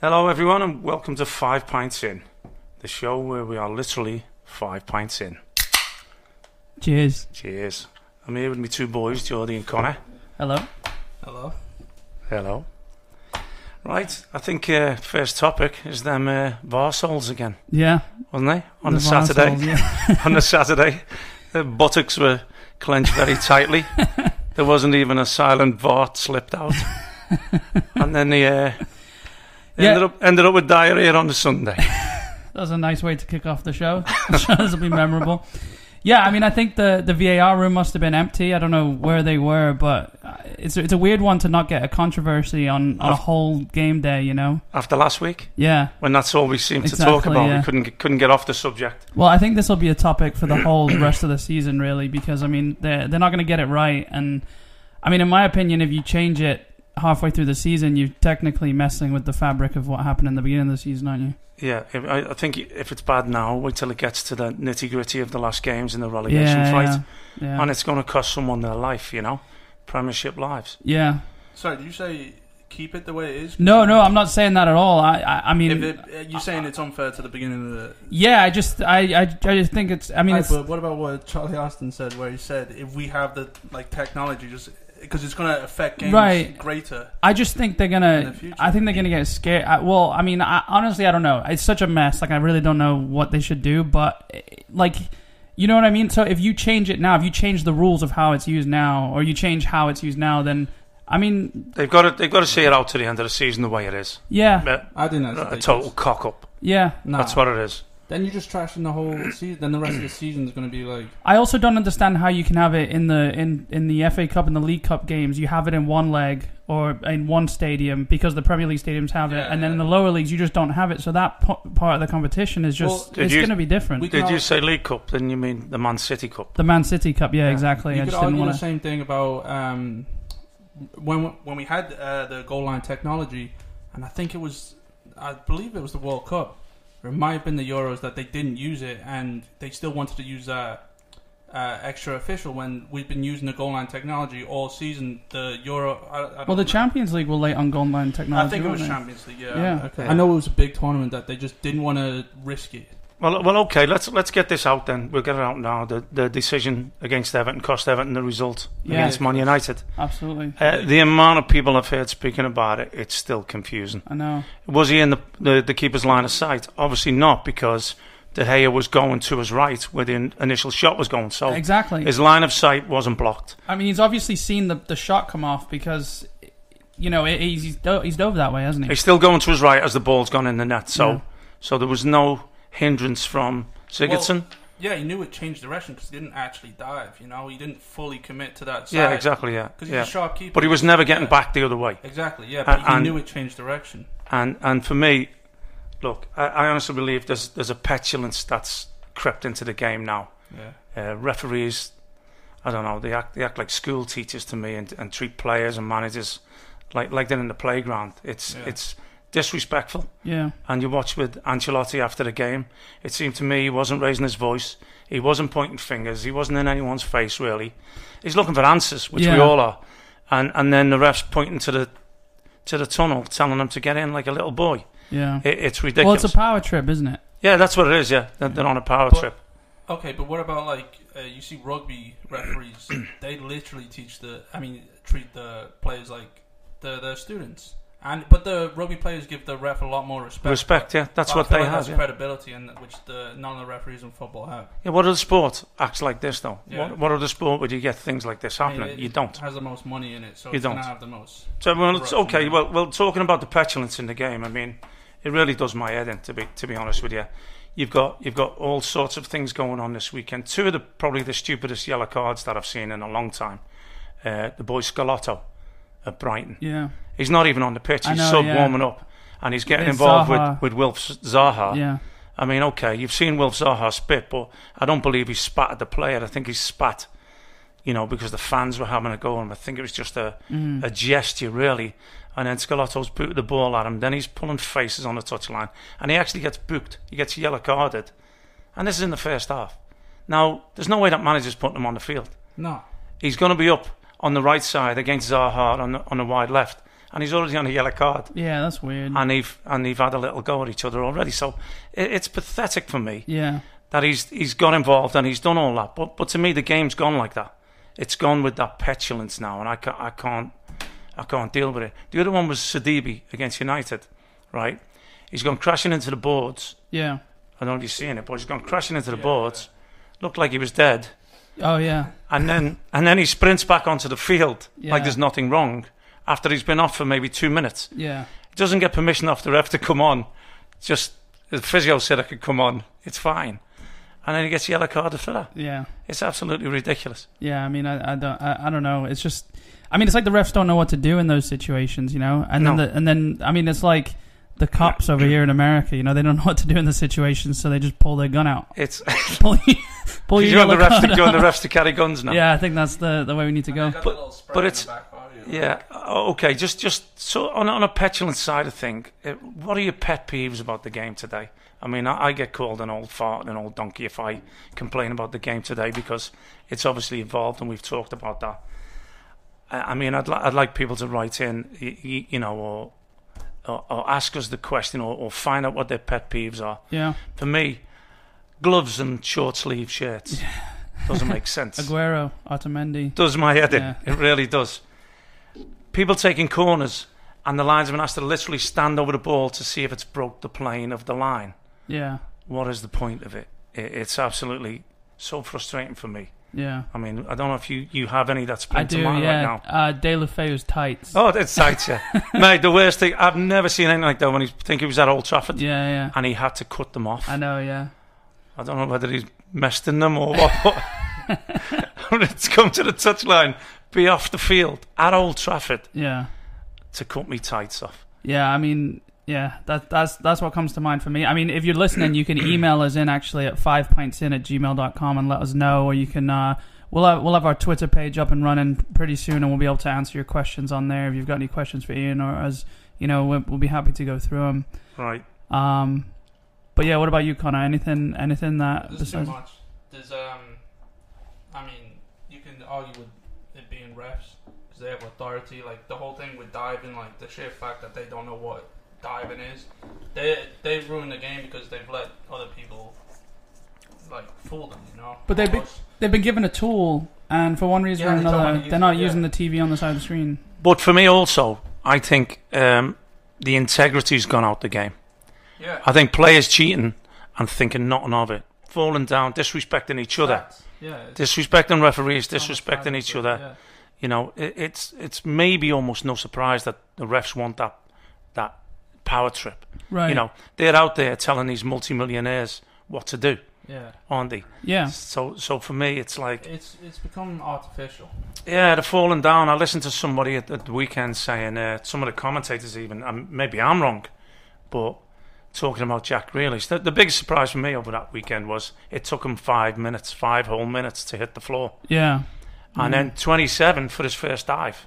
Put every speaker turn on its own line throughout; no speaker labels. Hello, everyone, and welcome to Five Pints In, the show where we are literally five pints in.
Cheers.
Cheers. I'm here with my two boys, Geordie and Connor.
Hello.
Hello.
Hello. Right, I think uh, first topic is them uh, bar souls again,
Yeah.
wasn't they? On the,
the Vars
Saturday.
Halls, yeah.
on the Saturday, their buttocks were clenched very tightly. there wasn't even a silent vart slipped out. and then the. Uh, they
Yeah.
Ended up ended up with diarrhea on the Sunday.
That was a nice way to kick off the show. I'm sure this will be memorable. Yeah, I mean, I think the, the VAR room must have been empty. I don't know where they were, but uh, it's a, it's a weird one to not get a controversy on, on a
Of-
whole game day, you know?
After last week,
Yeah.
when that's all we seemed to
Exactly,
talk about,
yeah.
we couldn't get- couldn't get off the subject.
Well, I think this will be a topic for the whole rest of the season, really, because I mean, they're they're not going to get it right, and I mean, in my opinion, if you change it halfway through the season, you're technically messing with the fabric of what happened in the beginning of the season, aren't you?
Yeah, if- I, I think if it's bad now, wait till it gets to the nitty gritty of the last games in the relegation fight,
yeah, yeah.
and it's going to cost someone their life. You know, Premiership lives.
Yeah.
Sorry, did you say keep it the way it is?
No, no, I'm not saying that at all. I, I, I
If
mean,
it, uh, you're saying it's unfair to the beginning of the.
yeah, I just, I, I, I just think it's. I mean,
Hey,
it's,
but what about what Charlie Austin said, where he said if we have the like technology, just because it's going to affect games
Right.
greater.
I just think they're
In
gonna.
the future.
I think they're gonna get scared. I, well, I mean, I, honestly, I don't know. It's such a mess. Like, I really don't know what they should do. But, eh, like, you know what I mean. So, if you change it now, if you change the rules of how it's used now, or you change how it's used now, then, I mean,
They've got to they've got to see it out to the end of the season the way it is.
yeah,
A,
I think that's
a
ridiculous.
total cock up.
yeah.
Nah.
That's what it is.
Then you're just trashing the whole season. Then the rest of the season's going to be like,
I also don't understand how you can have it in the in in the FA Cup and the League Cup games. You have it in one leg or in one stadium because the Premier League stadiums have it,
Yeah,
and then in
yeah.
the lower leagues you just don't have it. So that po- part of the competition is just
Well,
it's
you-
going to be different.
we can
Did you
al-
say League Cup? Then you mean the Man City Cup?
the Man City Cup, yeah,
Yeah.
exactly.
you
I
could
just didn't
argue the
want to.
same thing about um, when when we had uh, the goal line technology, and I think it was, I believe it was the World Cup, or it might have been the Euros that they didn't use it, and they still wanted to use that. Uh, extra official when we've been using the goal line technology all season. The Euro, I, I don't
Well, the
know.
Champions League will late on goal line technology.
I think it was
won't
Champions League. Yeah.
Yeah.
Okay.
Yeah.
I know it was a big tournament that they just didn't want to risk it.
Well, well, okay. Let's let's get this out then. We'll get it out now. The the decision against Everton cost Everton the result
Yeah.
against Man United.
Absolutely,
Uh, the amount of people I've heard speaking about it, it's still confusing.
I know.
Was he in the, the, the keeper's line of sight? Obviously not, because De Gea was going to his right where the in- initial shot was going. So
Exactly.
his line of sight wasn't blocked.
I mean, he's obviously seen the, the shot come off because, you know, it, he's he's dove, he's dove that way, hasn't he?
He's still going to his right as the ball's gone in the net. So
Yeah.
so there was no hindrance from Sigurdsson.
Yeah, he knew it changed direction because he didn't actually dive. You know, he didn't fully commit to that side.
yeah, exactly. Yeah,
Because he's
yeah.
a sharp keeper.
But he was never getting
Yeah.
back the other way.
Exactly. Yeah, but
And-
he knew it changed direction.
And and for me, look, I, I honestly believe there's there's a petulance that's crept into the game now.
Yeah.
uh, referees, I don't know, they act they act like school teachers to me and, and treat players and managers like like they're in the playground. It's
Yeah.
it's disrespectful.
Yeah,
And you watch with Ancelotti after the game. It seemed to me he wasn't raising his voice. He wasn't pointing fingers. He wasn't in anyone's face really. He's looking for answers, which we
Yeah.
all are. And and then the refs pointing to the to the tunnel, telling them to get in like a little boy.
yeah.
It, it's
well,
ridiculous.
it's a power trip, isn't it?
yeah, that's what it is. Yeah, they're, they're on a power
But-
trip.
Okay, but what about like uh, you see rugby referees? they literally teach the, I mean, treat the players like they're their students. And but the rugby players give the ref a lot more respect.
Respect. Yeah, that's
I
what
feel
they
like
have.
That's
yeah.
credibility, and which the none of the referees in football have.
Yeah, what other sport acts like this though?
Yeah.
What, what other sport would you get things like this
I mean,
happening?
it-
you
it
don't.
Has the most money in it, so
You
it's gonna
don't.
have the most.
So well, it's
Right.
okay. Well, well, talking about the petulance in the game, I mean, it really does my head in. To be to be honest with you, you've got you've got all sorts of things going on this weekend. Two of the probably the stupidest yellow cards that I've seen in a long time. Uh, the boy Scalotto at Brighton.
Yeah,
He's not even on the pitch.
I
He's
know,
sub
yeah.
warming up, and he's getting
It's
involved
Zaha.
with with Wilf Zaha.
yeah.
I mean, okay, you've seen Wilf Zaha spit, but I don't believe he spat at the player. I think he spat, you know, because the fans were having a go at him. I think it was just a,
Mm.
a gesture, really. And then Scalotto's booted the ball at him. Then he's pulling faces on the touchline. And he actually gets booked. He gets yellow carded. And this is in the first half. Now, there's no way that manager's putting him on the field.
No,
He's going to be up on the right side against Zaha on the, on the wide left. and he's already on a yellow card.
Yeah, that's weird.
And they've and they've had a little go at each other already. So it, it's pathetic for me
yeah.
that he's he's got involved and he's done all that. But but to me, the game's gone like that. It's gone with that petulance now, and I can't I can't I can't deal with it. The other one was Sadibi against United, right? He's gone crashing into the boards.
Yeah.
I don't know if you've seen it, but he's gone crashing into the boards. Looked like he was dead,
Oh yeah.
and then and then he sprints back onto the field
Yeah.
like there's nothing wrong. After he's been off for maybe two minutes,
Yeah.
doesn't get permission off the ref to come on. Just the physio said I could come on. It's fine, and then he gets a yellow card for that.
Yeah.
It's absolutely ridiculous.
Yeah, I mean, I, I don't, I, I don't know. It's just, I mean, it's like the refs don't know what to do in those situations, you know. And
No.
then, the, and then, I mean, it's like the cops over here in America, you know, they don't know what to do in the situation, so they just pull their gun out.
It's
Pull, you, pull
Oh, you
your
want the
yellow
refs to
card
you want the
out.
refs to carry guns now.
Yeah, I think that's the the way we need to go.
Got
But-
that little spray
but
in the
it's-
back, aren't you?
Yeah. o- Okay. Just, just so on, on a petulant side of thing, uh what are your pet peeves about the game today? I mean, I, I get called an old fart and an old donkey if I complain about the game today because it's obviously evolved and we've talked about that. I, I mean, I'd, li- I'd like people to write in, y- y- you know, or, or or ask us the question or, or find out what their pet peeves are.
Yeah,
For me, gloves and short sleeve shirts doesn't make sense
Aguero, Otamendi.
does my head in.
Yeah.
It really does. People taking corners, and the linesman has to literally stand over the ball to see if it's broke the plane of the line.
Yeah,
What is the point of it? it it's absolutely so frustrating for me.
yeah.
I mean, I don't know if you, you have any that's
I
spring
do.
to mind right
Yeah,
now.
uh, De La Feu's tights.
Oh, that's tight, yeah. Mate, the worst thing, I've never seen anything like that when he, I think he was at Old Trafford
Yeah, yeah.
and he had to cut them off.
I know. Yeah,
I don't know whether he's messed in them or what. it's come to the touchline, be off the field at Old Trafford.
yeah.
to cut me tights off.
Yeah, I mean, yeah, that, that's that's what comes to mind for me. I mean, if you're listening, you can email us in actually at fivepintsin at gmail.com and let us know, or you can, uh, we'll, have, we'll have our Twitter page up and running pretty soon, and we'll be able to answer your questions on there. If you've got any questions for Ian or us, you know, we'll, we'll be happy to go through them.
Right.
Um, but yeah, what about you, Connor? Anything, anything that
There's too
besides?
much. There's um, I mean, you can argue with it being refs because they have authority. Like the whole thing with diving, like the sheer fact that they don't know what diving is, they they've ruined the game because they've let other people like fool them. You know.
But they've been-
Almost.
They've been given a tool, and for one reason
Yeah,
or
they don't wanna
another,
use
they're
it,
not
yeah.
using the TV on the side of the screen.
But for me also, I think um, the integrity's gone out the game.
yeah.
I think players cheating and thinking nothing of it, falling down, disrespecting each other,
Facts. Yeah. it's
disrespecting referees,
almost
disrespecting
diving,
each
but
other. You know, it, it's it's maybe almost no surprise that the refs want that that power trip.
Right.
You know, they're out there telling these multimillionaires what to do,
Yeah.
aren't they?
Yeah.
So so for me, it's like.
yeah. It's it's become artificial.
Yeah, they're falling down. I listened to somebody at, at the weekend saying, uh, some of the commentators even, and maybe I'm wrong, but talking about Jack Grealish. The, the biggest surprise for me over that weekend was it took him five minutes, five whole minutes to hit the floor.
Yeah. Mm.
And then 27 for his first dive.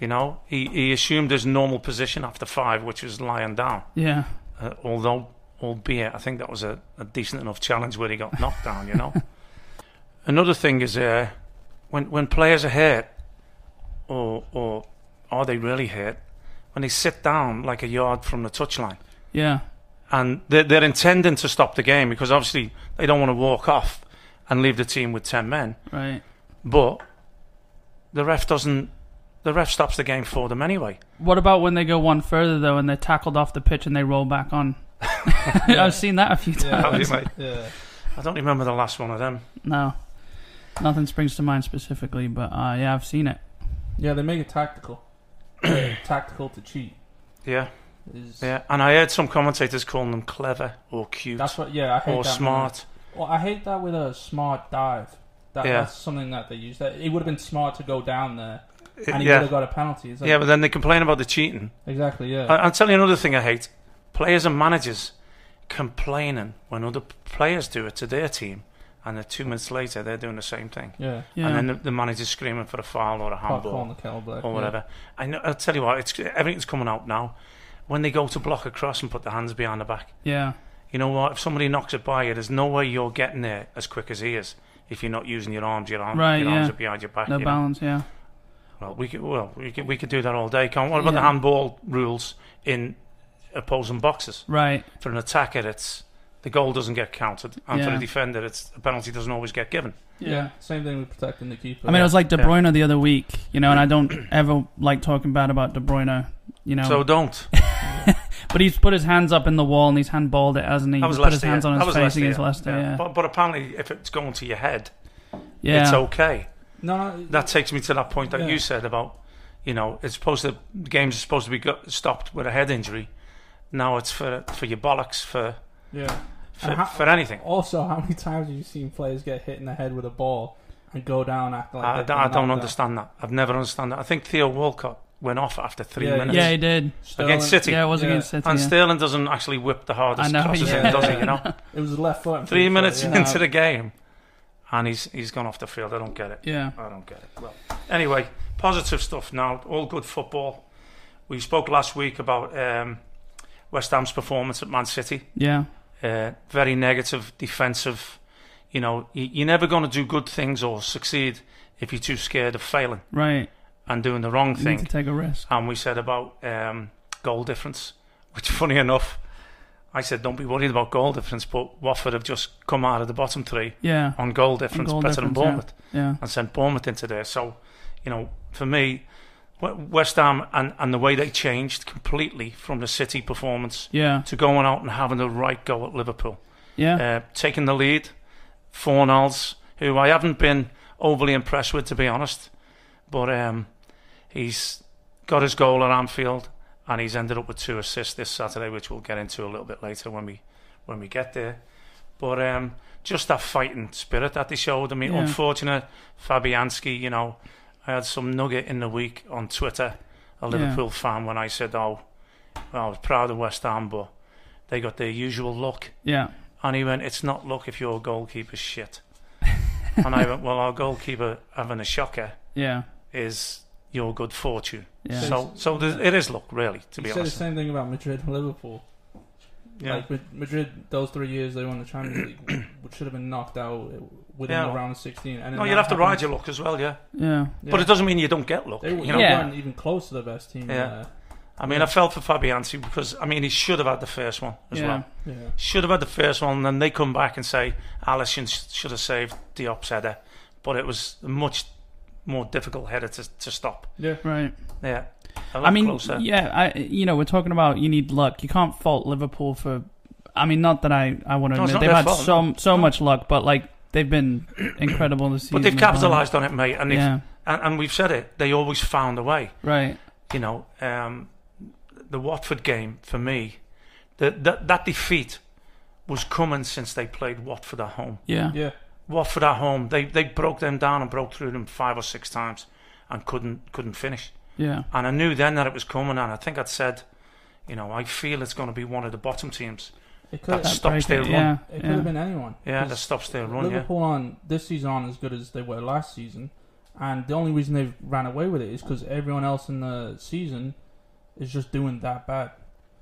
You know, he, he assumed his normal position after five, which was lying down.
Yeah.
Uh, although, albeit, I think that was a, a decent enough challenge where he got knocked down, you know. Another thing is uh, when when players are hurt, or or are they really hurt, when they sit down like a yard from the touchline,
Yeah.
and they're, they're intending to stop the game because obviously they don't want to walk off and leave the team with ten men,
Right.
but the ref doesn't. The ref stops the game for them anyway.
What about when they go one further though, and they're tackled off the pitch and they roll back on? I've seen that a few times.
Yeah.
Have you, mate?
Yeah.
I don't remember the last one of them.
No, nothing springs to mind specifically, but uh, yeah, I've seen it.
Yeah, they make it tactical. tactical to cheat.
Yeah.
Is,
Yeah, and I heard some commentators calling them clever or cute
That's what. Yeah, I hate
or
that.
smart.
Well, I hate that with a smart dive. That,
Yeah.
That's something that they use. That it would have been smart to go down there, and he would
yeah,
have got a penalty. It's like-
yeah, but then they complain about the cheating.
exactly. Yeah,
I- I'll tell you another thing I hate: players and managers complaining when other p- players do it to their team, and then two minutes later they're doing the same thing,
yeah.
Yeah,
and then the, the manager's screaming for a foul or a
Can't
handball.
call on the kettle black.
or
yeah.
whatever. I know, I'll tell you what, it's everything's coming out now. When they go to block across and put their hands behind their back,
yeah,
you know what? If somebody knocks it by you, there's no way you're getting there as quick as he is if you're not using your arms. Your, arm,
Right,
your arms
yeah.
are behind your back.
no
you know?
balance. Yeah.
Well, we could well we could, we could do that all day, can't we? What about the
Yeah.
handball rules in opposing boxes?
Right.
For an attacker, it's the goal doesn't get counted, and for
Yeah.
the defender, it's the penalty doesn't always get given.
Yeah. same thing with protecting the keeper.
I mean, it was like De
Yeah.
Bruyne the other week, you know, and I don't ever like talking bad about De Bruyne, you know.
So don't.
but he's put his hands up in the wall and he's handballed it, hasn't he?
That was
he's put his
Leicester,
hands
yeah.
on
That was
his face
Leicester,
against
yeah.
Leicester.
Yeah.
Yeah.
But, but apparently, if it's going to your head,
Yeah.
it's okay.
no, no,
That takes me to that point that
Yeah.
you said about, you know, it's supposed to games are supposed to be go- stopped with a head injury. Now it's for for your bollocks for
yeah.
for,
And how- Oh,
for anything.
Also, how many times have you seen players get hit in the head with a ball and go down after like
I,
they've
don't- I
been
don't
knocked out?
understand that. I've never understood that. I think Theo Walcott went off after three
Yeah,
minutes.
yeah, he did.
Against City.
Yeah, it was
Yeah.
against City.
And
yeah.
Sterling doesn't actually whip the hardest
I know,
crosses
yeah.
in, does he? You know,
It was left foot. and
three
free foot,
minutes
yeah.
into the game, and he's he's gone off the field. I don't get it.
yeah.
I don't get it. Well, anyway, positive stuff now. All good football. We spoke last week about um, West Ham's performance at Man City.
Yeah.
Uh, very negative, defensive. You know, y- you're never going to do good things or succeed if you're too scared of failing
Right.
and doing the wrong
You need
thing.
to take a risk.
and we said about um, goal difference, which funny enough, I said don't be worried about goal difference, but Watford have just come out of the bottom three
Yeah.
on goal difference
goal
better than
difference, yeah.
Bournemouth
Yeah.
and sent Bournemouth into there. So, you know, for me, W- West Ham and, and the way they changed completely from the City performance
Yeah.
to going out and having the right go at Liverpool,
Yeah.
uh, taking the lead, Fornals, who I haven't been overly impressed with to be honest, but um, he's got his goal at Anfield and he's ended up with two assists this Saturday, which we'll get into a little bit later when we when we get there. But um, just that fighting spirit that they showed. I mean,
Yeah.
unfortunate Fabianski, you know, I had some nugget in the week on Twitter, a
Yeah.
Liverpool fan, when I said, "Oh, well, I was proud of West Ham, but they got their usual luck."
yeah.
And he went, "It's not luck if your goalkeeper's shit." and I went, "Well, our goalkeeper having a shocker
Yeah.
is your good fortune."
Yeah.
So, so there's- it is luck, really, to be
you said the
honest.
same thing about Madrid and Liverpool.
Yeah.
Like Mad- Madrid, those three years they won the Champions League, which should have been knocked out within
Yeah.
the round of 16. And
No, you'll have to ride your luck as well, yeah.
yeah.
But it doesn't mean you don't get luck.
They,
you
you
know,
Yeah.
weren't even close to the best team.
Yeah.
Yeah.
I mean, I felt for Fabianski because I mean he should have had the first one as
Yeah.
well.
yeah.
Should have had the first one, and then they come back and say Allison sh- should have saved Diop's header, but it was a much more difficult header to, to stop.
Right.
Yeah, a lot
I mean,
closer.
yeah. I you know we're talking about you need luck. You can't fault Liverpool for. I mean, not that I I want to
No, it's
admit
not
they've
their
had
fault.
so so much luck, but like they've been incredible this season.
but they've
as well.
capitalised on it, mate, and, they've,
Yeah.
and and we've said it. They always found a way.
Right.
You know, um, the Watford game for me, that that that defeat was coming since they played Watford at home.
Yeah.
Yeah.
Watford at home, they they broke them down and broke through them five or six times, and couldn't couldn't finish.
Yeah.
And I knew then that it was coming. And I think I'd said, you know, I feel it's going to be one of the bottom teams.
It could,
That
it
stops
break
their
it,
run.
Yeah.
could
yeah.
have been anyone.
Yeah,
'Cause
that stops their run. Yeah,
Liverpool on this season aren't as good as they were last season, and the only reason they've ran away with it is because everyone else in the season is just doing that bad.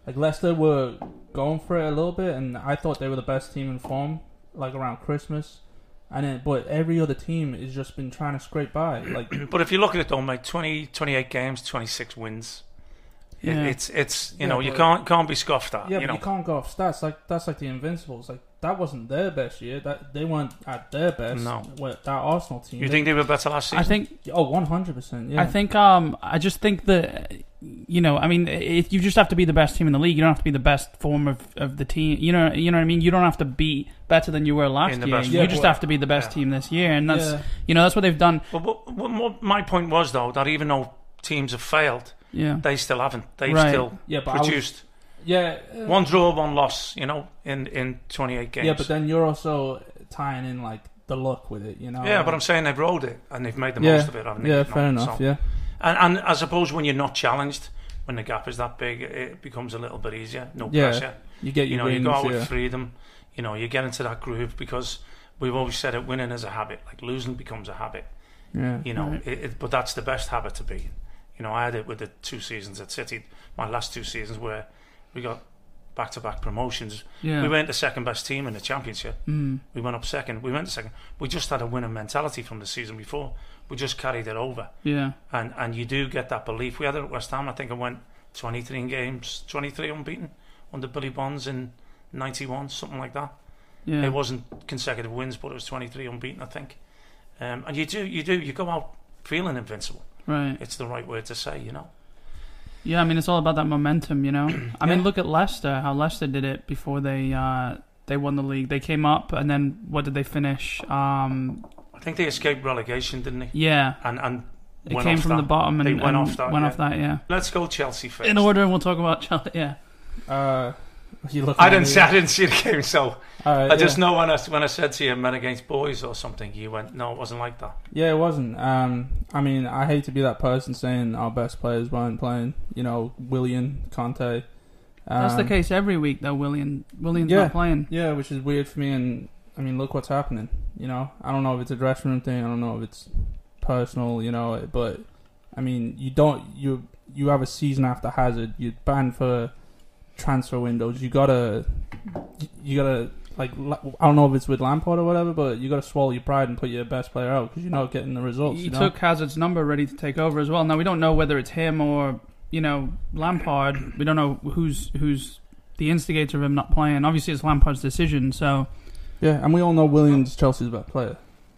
Like Leicester were going for it a little bit, and I thought they were the best team in form, like around Christmas, and then but every other team has just been trying to scrape by. Like
but if Uh, you look at it though, mate, 20, 28 games, twenty six wins. It-
Yeah.
It's it's you
Yeah,
know you
but-
can't can't be scoffed at.
yeah,
you
but
know,
you can't go off stats. Like that's like the Invincibles. Like that wasn't their best year. That they weren't at their best.
No.
with that Arsenal team.
you think they were better last
I
season?
think
oh, one hundred percent. Yeah,
I think um I just think that you know I mean if you just have to be the best team in the league you don't have to be the best form of, of the team you know you know what I mean you don't have to be better than you were last
In the
year
best
you
form.
just have to be the best
Yeah.
team this year and that's
Yeah.
you know that's what they've done
But what, what, what my point was though that even though teams have failed,
yeah
they still haven't. They've
Right.
still
yeah, but I was-
produced
Yeah. uh,
one draw, one loss. You know, in in twenty eight games.
Yeah, but then you're also tying in like the luck with it, you know.
Yeah, but I'm saying they've rolled it and they've made the
yeah,
most of it, haven't they?
Yeah,
You know,
fair enough.
so-
Yeah,
And, and I suppose when you're not challenged, when the gap is that big, it becomes a little bit easier. No
Yeah,
pressure.
you get
You
your
know, you
wins.
go out with
yeah.
freedom. You know, you get into that groove because we've always said it. Winning is a habit. Like losing becomes a habit.
yeah,
You know,
Right.
it, it, but that's the best habit to be. in. You know, I had it with the two seasons at City. My last two seasons where we got back to back promotions.
Yeah.
We weren't the second best team in the championship.
Mm.
We went up second. We went second. We just had a winning mentality from the season before. We just carried it over,
Yeah.
and and you do get that belief. We had it at West Ham. I think I went 23 in games, 23 unbeaten under Billy Bonds in '91, something like that.
Yeah.
It wasn't consecutive wins, but it was 23 unbeaten, I think. Um, and you do, you do, you go out feeling invincible.
right.
It's the right word to say, you know.
Yeah, I mean it's all about that momentum, you know. I mean
Yeah.
look at Leicester, how Leicester did it before they uh, they won the league. They came up and then what did they finish? Um,
I think they escaped relegation, didn't they?
yeah,
And and
they
went
came
off
from
that.
the bottom and
They went
and
off that,
Went
yeah.
off that, yeah.
Let's go Chelsea first.
In order, and we'll talk about Chelsea. Yeah,
Uh, you look.
I didn't see, I didn't see the game, so
Uh,
I just
yeah.
know when I when I said to you men against boys or something, you went no, it wasn't like that.
Yeah, it wasn't. Um, I mean, I hate to be that person saying our best players weren't playing. You know, William, Conte. Um,
that's the case every week though. William William's
Yeah.
not playing.
Yeah, which is weird for me. And I mean, look what's happening. You know, I don't know if it's a dressing room thing. I don't know if it's personal. You know, eh, but I mean, you don't you you have a season after Hazard. You're banned for transfer windows. You gotta you gotta like l- I don't know if it's with Lampard or whatever, but you gotta swallow your pride and put your best player out because you're not getting the results.
he
you know?
took Hazard's number ready to take over as well. Now we don't know whether it's him or you know Lampard. We don't know who's who's the instigator of him not playing. Obviously, it's Lampard's decision. So
Yeah, and we all know Williams Chelsea's best player.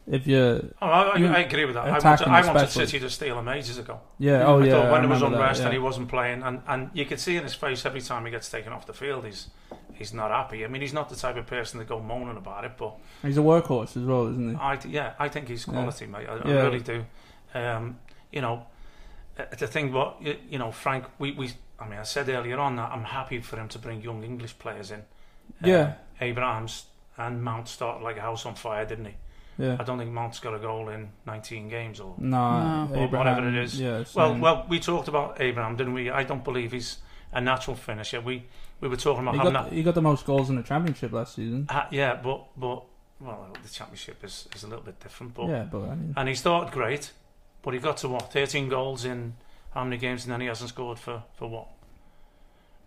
If you,
Oh, I, I,
You-
I agree with that. I wanted,
attacking
I wanted
especially.
City to steal him ages ago.
yeah, oh
I
yeah,
thought when
I
there was
remember
unrest
that,
and he
yeah.
wasn't playing, and, and you could see in his face every time he gets taken off the field, he's he's not happy. I mean, he's not the type of person to go moaning about it, but
he's a workhorse as well, isn't he?
I th- yeah, I think he's
Yeah.
quality, mate. I,
Yeah.
I really do. Um, you know, uh, the thing what y- you know, Frank. We, we I mean, I said earlier on that I'm happy for him to bring young English players in. Uh,
Yeah.
Abrahams and Mount started like a house on fire, didn't he? I
Yeah,
don't think Mount's got a goal in 19 games or.
no,
No.
Or
Abraham,
whatever it is.
Yeah,
Well,
same.
well, we talked about Abraham, didn't we? I don't believe he's a natural finisher. We we were talking about
he
having
got,
that.
he got the most goals in the championship last season.
ha- yeah, but but well, the championship is, is a little bit different, but
yeah, but I mean,
and he started great, but he got to what thirteen goals in how many games, and then he hasn't scored for for what?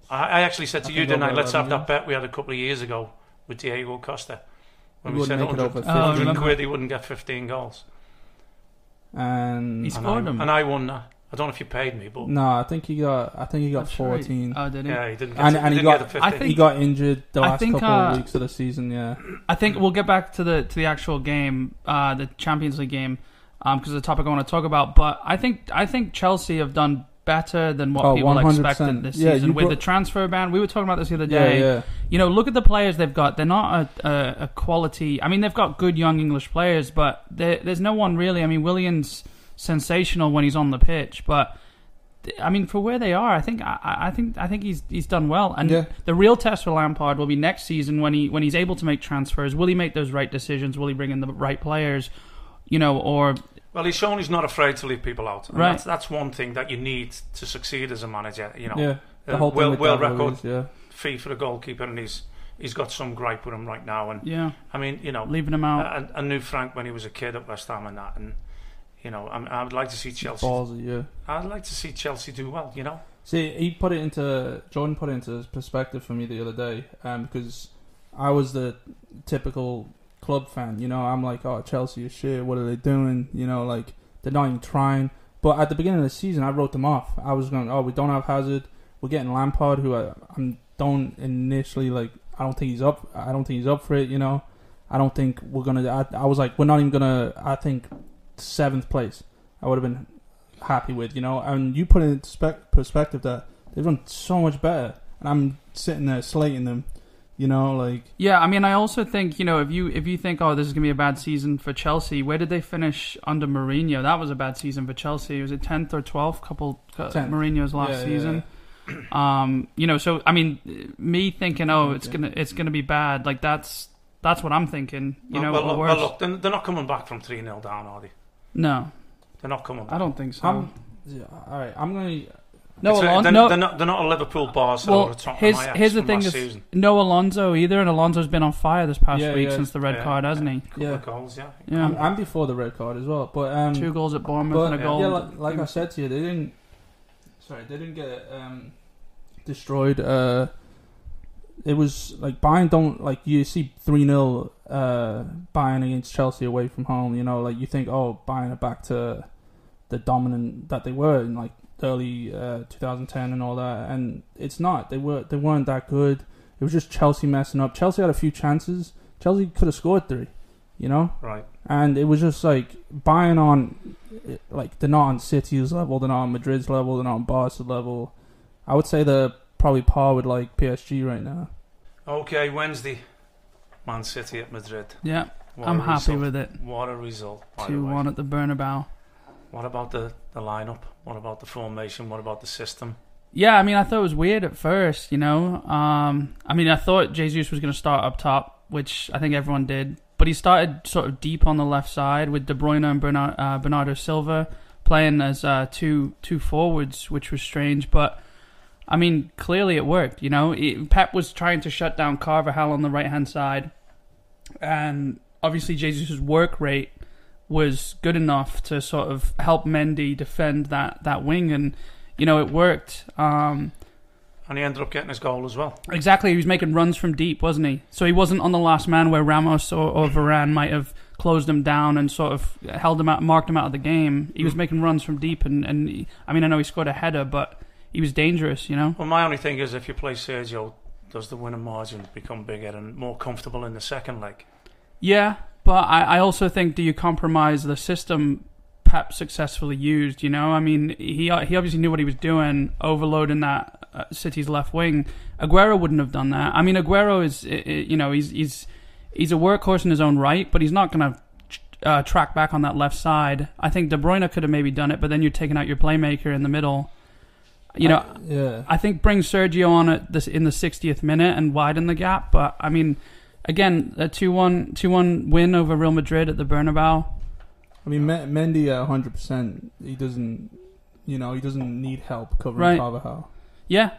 I, I actually said to
I
you,
think
didn't I?
over
Let's
11
have that bet we had a couple of years ago with Diego Costa when
We
we, said
wouldn't make it
100,
over
Oh, I
100
remember.
quid he wouldn't get fifteen goals,
and
He's-
and
scored
I,
them.
and I won that. I don't know if you paid me, but
no, I think he got, I think he got
I'm sure he-
fourteen.
Oh, did he?
yeah, he didn't get,
And-
to-
and he
didn't
got-
get the
I
fifteen.
he got injured the
I
last
think,
couple
uh,
of weeks of the season. Yeah,
I think we'll get back to the to the actual game, uh, the Champions League game, um, because the topic I want to talk about. But I think I think Chelsea have done better than what
Oh,
people
100%.
expected this
Yeah,
season
you
with
brought-
the transfer ban. We were talking about this the other
yeah,
day.
yeah.
You know, look at the players they've got. They're not a, a, a quality. I mean, they've got good young English players, but there, there's no one really. I mean, Williams sensational when he's on the pitch, but th- I mean, for where they are, I think I, I I think I think he's he's done well. And
Yeah.
the real test for Lampard will be next season when he when he's able to make transfers. Will he make those right decisions? Will he bring in the right players? You know, or
Well, he's shown he's not afraid to leave people out. And
Right.
That's, that's one thing that you need to succeed as a manager. You know,
yeah. The
Uh,
whole thing
world-
with
world
David
record.
Luiz, yeah.
fee for the goalkeeper, and he's he's got some gripe with him right now. And
yeah,
I mean, you know,
leaving him out.
I, I knew Frank when he was a kid at West Ham and that, and you know, I, mean, I would like to see Chelsea.
Ballsy, yeah.
I'd like to see Chelsea do well. You know,
See, he put it into Jordan put it into perspective for me the other day, um, because I was the typical club fan. You know, I'm like, oh, Chelsea is shit. What are they doing? You know, like they're not even trying. But at the beginning of the season, I wrote them off. I was going, oh, we don't have Hazard. We're getting Lampard, who I I'm don't initially like. I don't think he's up. I don't think he's up for it. You know, I don't think we're gonna. I, I was like, we're not even gonna. I think seventh place. I would have been happy with, you know. And you put it in spec- perspective that they've done so much better, and I'm sitting there slating them, you know, like
Yeah, I mean, I also think you know if you if you think oh this is gonna be a bad season for Chelsea, where did they finish under Mourinho? That was a bad season for Chelsea. Was it tenth or twelfth? Couple uh,
10th.
Mourinho's last
Yeah, yeah,
season. Um, you know, so I mean, me thinking oh it's
Yeah.
gonna it's gonna be bad. Like that's that's what I'm thinking. You know,
well,
or
look,
worse.
well, look, they're, they're not coming back from three 0 down, are they?
no,
They're not coming.
I
Back.
don't think so.
I'm. Yeah, all right, I'm gonna.
no,
It's uh, a-
Alon-
they're,
no,
they're not. They're not a Liverpool, Barca,
Well,
or a Tottenham.
here's-
Ajax
here's the
from
thing
last
is-
season.
no Alonso either, and Alonso's been on fire this past
Yeah,
week
yeah.
since the red
Yeah.
card, hasn't he?
Couple
Yeah.
of goals, yeah.
Yeah,
I'm, I'm before the red card as well, but um,
two goals at Bournemouth
but, uh,
and a
yeah,
goal.
like, like I said to you, they didn't. Sorry, they didn't get um destroyed. Uh, It was like Bayern don't like you see three 0 uh, Bayern against Chelsea away from home. You know, like you think, oh, Bayern are back to the dominant that they were in like early uh, 2010 and all that, and it's not. They were they weren't that good. It was just Chelsea messing up. Chelsea had a few chances. Chelsea could have scored three, you know,
Right.
and it was just like Bayern on, like they're not on City's level, they're not on Madrid's level, they're not on Barca level. I would say they're probably par with like PSG right now.
Okay, Wednesday, Man City at Madrid.
Yeah,
What
I'm
a
happy
result.
with it.
What a result. by the
Two
way.
one at the Bernabeu.
What about the, the lineup? What about the formation? What about the system?
Yeah, I mean, I thought it was weird at first, you know. Um, I mean, I thought Jesus was going to start up top, which I think everyone did, but he started sort of deep on the left side with De Bruyne and Bernard, uh, Bernardo Silva playing as uh, two two forwards, which was strange. But I mean, clearly it worked, you know. It, Pep was trying to shut down Carvajal on the right hand side, and obviously Jesus' work rate was good enough to sort of help Mendy defend that that wing and you know, it worked. Um,
And he ended up getting his goal as well.
exactly, he was making runs from deep, wasn't he? So he wasn't on the last man where Ramos or, or Varane might have closed him down and sort of held him out, marked him out of the game. He was making runs from deep, and, and he- I mean, I know he scored a header, but he was dangerous, you know?
Well, my only thing is if you play Sergio, does the winning margin become bigger and more comfortable in the second leg?
Yeah, but I, I also think do you compromise the system Pep successfully used? You know, I mean, he he obviously knew what he was doing, overloading that uh, City's left wing. Aguero wouldn't have done that. I mean, Aguero is i- i- you know he's he's he's a workhorse in his own right, but he's not going to. Uh, track back on that left side. I think De Bruyne could have maybe done it, but then you're taking out your playmaker in the middle. You know,
Yeah,
I think bring Sergio on at this in the 60th minute and widen the gap. But I mean, again, a 2-1, 2-1 win over Real Madrid at the Bernabeu.
I mean Me- Mendy at 100. percent He doesn't, you know, he doesn't need help covering
Right.
Carvajal.
Yeah,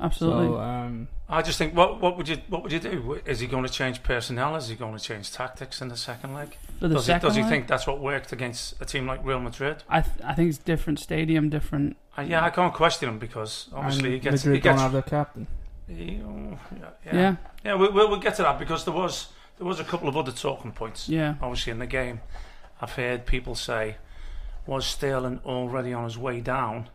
absolutely.
So um,
I just think what what would you what would you do? Is he going to change personnel? Is he going to change tactics in the second leg?
For the
does he,
second
does he
leg,
think that's what worked against a team like Real Madrid?
I th- I think it's different stadium, different.
Uh, yeah, I can't question him because obviously
and
he gets
Madrid
he gets
don't have their captain.
he- oh, yeah,
Yeah, yeah.
Yeah, we, we'll, we'll get to that because there was there was a couple of other talking points. Obviously, in the game, I've heard people say, "Was Sterling already on his way down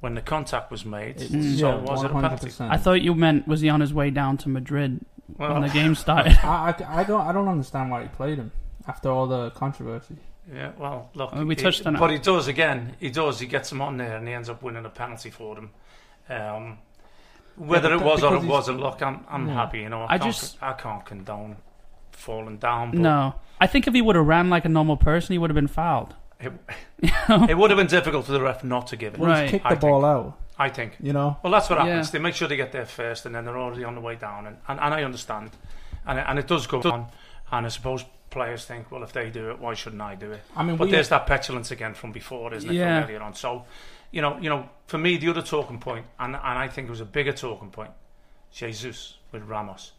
when the contact was made?"
It-
so
yeah,
was it a penalty?
100%.
I thought you meant was he on his way down to Madrid
Hmm. Well,
when the game started?
I, I, I don't I don't understand why he played him after all the controversy.
yeah. Well, look,
I mean, we
he-
touched on it.
but he does again. He does. He gets him on there, and he ends up winning a penalty for them. Um, whether
but
it
that-
was or
because
it
he's-
wasn't, look, I'm I'm
Yeah.
happy. You know, I,
I
can't,
just-
I can't condone falling down. But
no, I think if he would have ran like a normal person, he would have been fouled.
It, it would have been difficult for the ref not to give it.
Well,
Right.
he's kicked
I
the
think-
ball out.
I think.
You know,
Well, that's what
Yeah.
happens. They make sure they get there first, and then they're already on the way down. And, and, and I understand, and it- and it does go on. And I suppose players think, well, if they do it, why shouldn't I do it?
I mean,
But
we,
there's that petulance again from before, isn't it?
Yeah.
From earlier on. So, you know, you know, for me, the other talking point, and and I think it was a bigger talking point, Jesus with Ramos.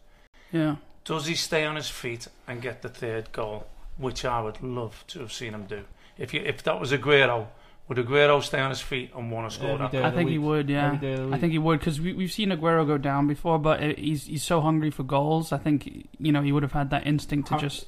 Yeah,
Does he stay on his feet and get the third goal, which I would love to have seen him do? If you if that was Aguero, would Aguero stay on his feet and want to score
Every
that?
day
I
of the
think he
week.
would. Yeah,
Every day of the
I
week.
think he would because we, we've seen Aguero go down before, but it- he's he's so hungry for goals. I think you know he would have had that instinct to
I-
just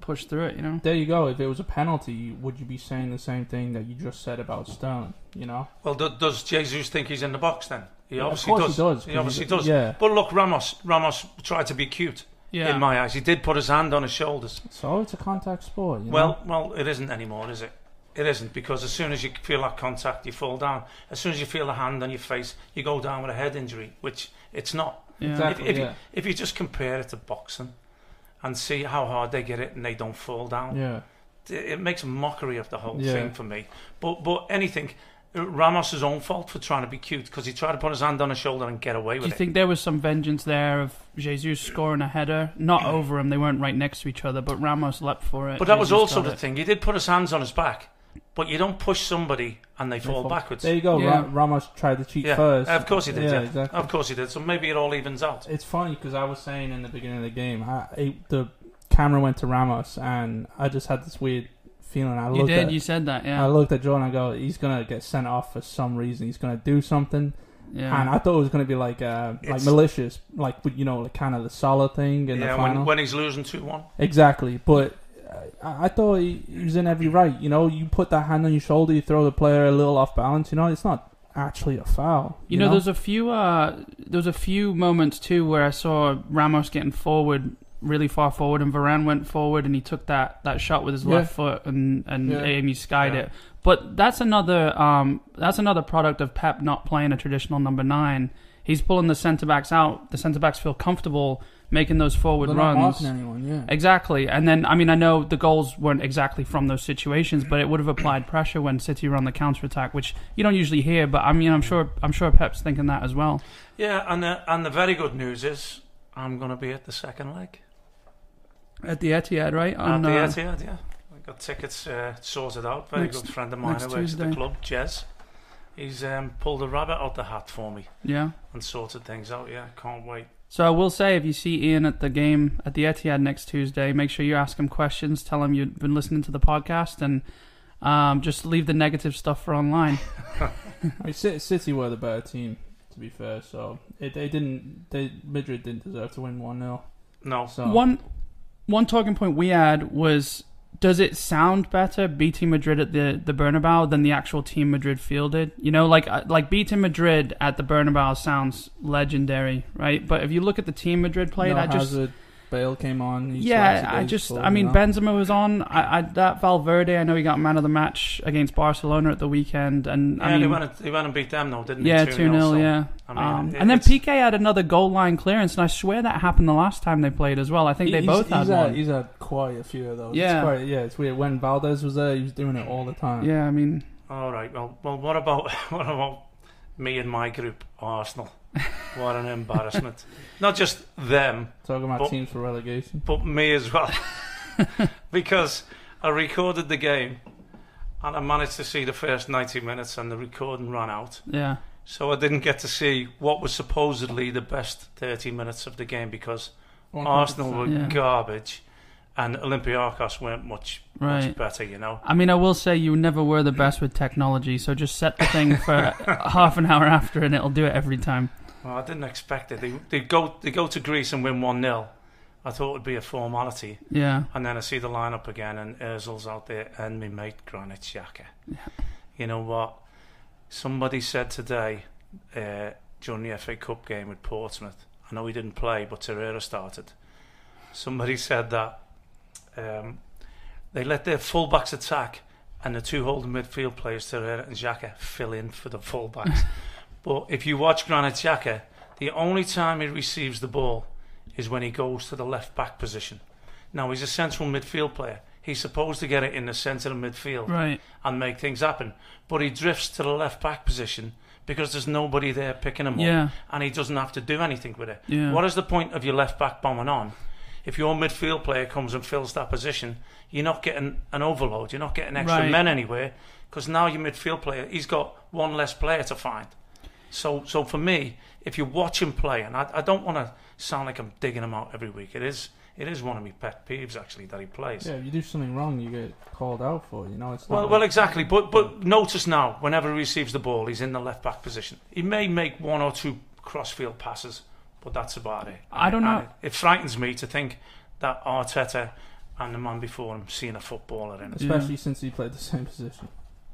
push through it. You know,
There you go. If it was a penalty, would you be saying the same thing that you just said about Stone? You know,
Well, do, does Jesus think he's in the box then? He
Yeah, of
obviously
course
does.
he does,
He
because
obviously
he's a-
does.
yeah.
But look, Ramos. Ramos tried to be cute.
yeah,
In my eyes, he did put his hand on his shoulders.
so it's a contact sport. You
Well, well, it isn't anymore, is it? It isn't because as soon as you feel that contact, you fall down. As soon as you feel a hand on your face, you go down with a head injury, which it's not.
yeah.
Exactly.
if, if,
yeah.
you, if you just compare it to boxing and see how hard they get it and they don't fall down,
know? yeah,
it- it makes a mockery of the whole
Yeah.
thing for me. But but anything, Ramos's own fault for trying to be cute because he tried to put his hand on his shoulder and get away
Do you
with it.
think there was some vengeance there of Jesus scoring a header, not over him? They weren't right next to each other, but Ramos leapt for it.
But that was
Jesus
also
got
the
it.
thing. He did put his hands on his back, but you don't push somebody and they, fall, backwards.
There you go.
Yeah.
Ra- Ramos tried to cheat
yeah,
first.
of course he did. Yeah,
Yeah, exactly.
of course he did. So maybe it all evens out.
It's funny because I was saying in the beginning of the game, I, it, the camera went to Ramos, and I just had this weird feeling. I
You
looked
did.
at
You said that.
I
Yeah.
looked at Jordan. I go, he's gonna get sent off for some reason. He's gonna do something.
Yeah.
And I thought it was going to be like uh, like
It's-
malicious, like you know, like kind of the Salah thing in
yeah,
the final.
when, when he's losing 2 1.
Exactly, but I, I thought he, he was in every right. You know, you put that hand on your shoulder, you throw the player a little off balance. You know, it's not actually a foul.
You know, there's a few uh, there was a few moments too where I saw Ramos getting forward really far forward, and Varane went forward and he took that, that shot with his
Yeah.
left foot and and
Yeah.
Amy skied
Yeah.
it. But that's another um, that's another product of Pep not playing a traditional number nine. He's pulling the centre backs out. The centre backs feel comfortable making those forward
They're not
runs.
marking anyone, yeah.
Exactly. And then, I mean, I know the goals weren't exactly from those situations, but it would have applied pressure when City were on the counter attack, which you don't usually hear. But I mean, I'm sure, I'm sure Pep's thinking that as well.
Yeah, and the, and the very good news is I'm going to be at the second leg.
At the Etihad, right?
At
On,
the
uh,
Etihad, yeah. I got tickets uh, sorted out. Very
Next-
good friend of mine
next
who works at
Tuesday.
the club, Jez. He's um, pulled a rabbit out the hat for me
Yeah.
and sorted things out. Yeah, can't wait.
So I will say, if you see Ian at the game at the Etihad next Tuesday, make sure you ask him questions, tell him you've been listening to the podcast, and um, just leave the negative stuff for online.
I mean, Ci- City were the better team, to be fair. So it, they didn't. They Madrid didn't deserve to win one 0
No,
So
One one talking point we had was does it sound better beating Madrid at the the Bernabeu than the actual team Madrid fielded? You know, like uh, like beating Madrid at the Bernabeu sounds legendary, right? But if you look at the team Madrid played,
no
I just
Hazard, Bale came on. he
yeah,
started
I
his
just
goal,
I mean
you know.
Benzema was on. I, I that Valverde, I know he got man of the match against Barcelona at the weekend, and
yeah,
I mean
they, went and, they went and beat them, though, didn't
yeah,
they? 2-0,
2 0,
so-
yeah.
I mean,
um,
it-
and then
it's-
PK had another goal line clearance, and I swear that happened the last time they played as well. I think
He-
they
he's-
both
he's
had
had,
one.
He's had quite a few of those.
Yeah.
it's quite, yeah, it's weird. When Valdez was there, he was doing it all the time.
Yeah, I mean,
All right. Well, well, what about what about me and my group, Arsenal? What an embarrassment! Not just them,
talking about
But-
teams for relegation.
but me as well, because I recorded the game, and I managed to see the first ninety minutes, and the recording ran out,
yeah,
so I didn't get to see what was supposedly the best thirty minutes of the game because
100%.
Arsenal were
Yeah.
garbage, and Olympiacos weren't much
right.
much better. You know.
I mean, I will say you never were the best with technology, so just set the thing for half an hour after, and it'll do it every time.
Well, I didn't expect it. They they go they go to Greece and win one 0 I thought it'd be a formality,
Yeah,
and then I see the lineup again, and Özil's out there, and my mate Granit Xhaka. You know what? Somebody said today uh, during the FA Cup game with Portsmouth. I know he didn't play, but Torreira started. Somebody said that um, they let their fullbacks attack, and the two holding midfield players Torreira and Xhaka fill in for the fullbacks. but if you watch Granit Xhaka, the only time he receives the ball is when he goes to the left back position. Now he's a central midfield player. He's supposed to get it in the centre of midfield
right.
and make things happen. But he drifts to the left back position because there's nobody there picking him up
Yeah,
and he doesn't have to do anything with it.
yeah.
What is the point of your left back bombing on? If your midfield player comes and fills that position, you're not getting an overload. You're not getting extra
Right.
men anywhere because now your midfield player, he's got one less player to find. So, so for me, if you watch him play, and I, I don't want to sound like I'm digging him out every week. It is, it is one of my pet peeves actually that he plays.
Yeah, if you do something wrong, you get called out for. it, You know, it's not
Well,
like-
well, exactly. But but notice now, whenever he receives the ball, he's in the left back position. He may make one or two crossfield passes, but that's about it.
I don't know.
And It, it frightens me to think that Arteta and the man before him seeing a footballer in it.
especially
mm.
since he played the same position.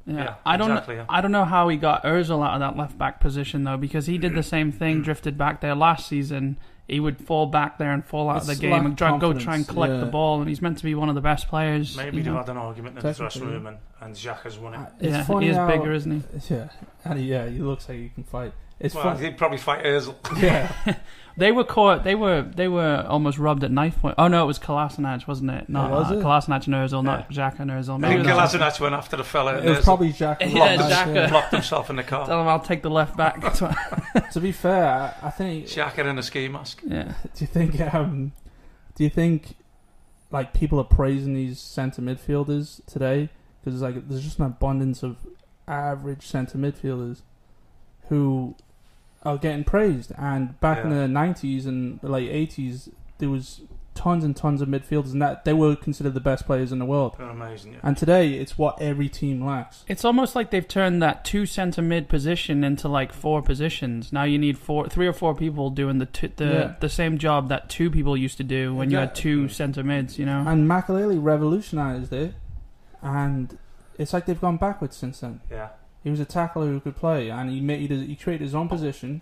Yeah.
Yeah,
I don't.
exactly, yeah.
I don't know how he got Özil out of that left back position though, because he did the same
Mm.
thing, drifted back there last season. He would fall back there and fall out of
It's
the
lack
game and
of
try, go try and
confidence,
collect the
yeah.
ball, and he's meant to be one of the best players.
Maybe
you
they've
know.
had an argument in the
Technically,
dressing room, and, and Jack has won it.
Uh, It's
yeah,
funny
he is
how-
bigger, isn't he?
Yeah, and he- yeah, he looks like he can fight. It's
well,
funny.
he'd probably fight Özil.
Yeah,
They were caught. They were they were almost robbed at knife point. Oh no, it was Kolasinac, wasn't it? Not
was
uh,
it?
Kolasinac and Ozil, not Xhaka and Ozil.
I think
Maybe not.
Kolasinac went after the fella.
it
and
was
Özil
probably Jack.
Yeah,
Black,
Xhaka.
yeah.
Locked himself in the car.
Tell him I'll take the left back. That's what-
to be fair, I, I think.
Xhaka in a ski mask.
yeah,
Do you think? Um, do you think, like, people are praising these centre midfielders today because like there's just an abundance of average centre midfielders who are getting praised. And back in
Yeah.
the '90s and the late '80s, there was tons and tons of midfielders, and that they were considered the best players in the world.
They're amazing. Yeah.
And today, it's what every team lacks.
It's almost like they've turned that two center mid position into like four positions. Now you need four, three or four people doing the t- the
Yeah.
the same job that two people used to do when you had two center mids. You know,
And Makaleli revolutionised it, and it's like they've gone backwards since then.
yeah.
He was a tackler who could play, and he made he created his own position,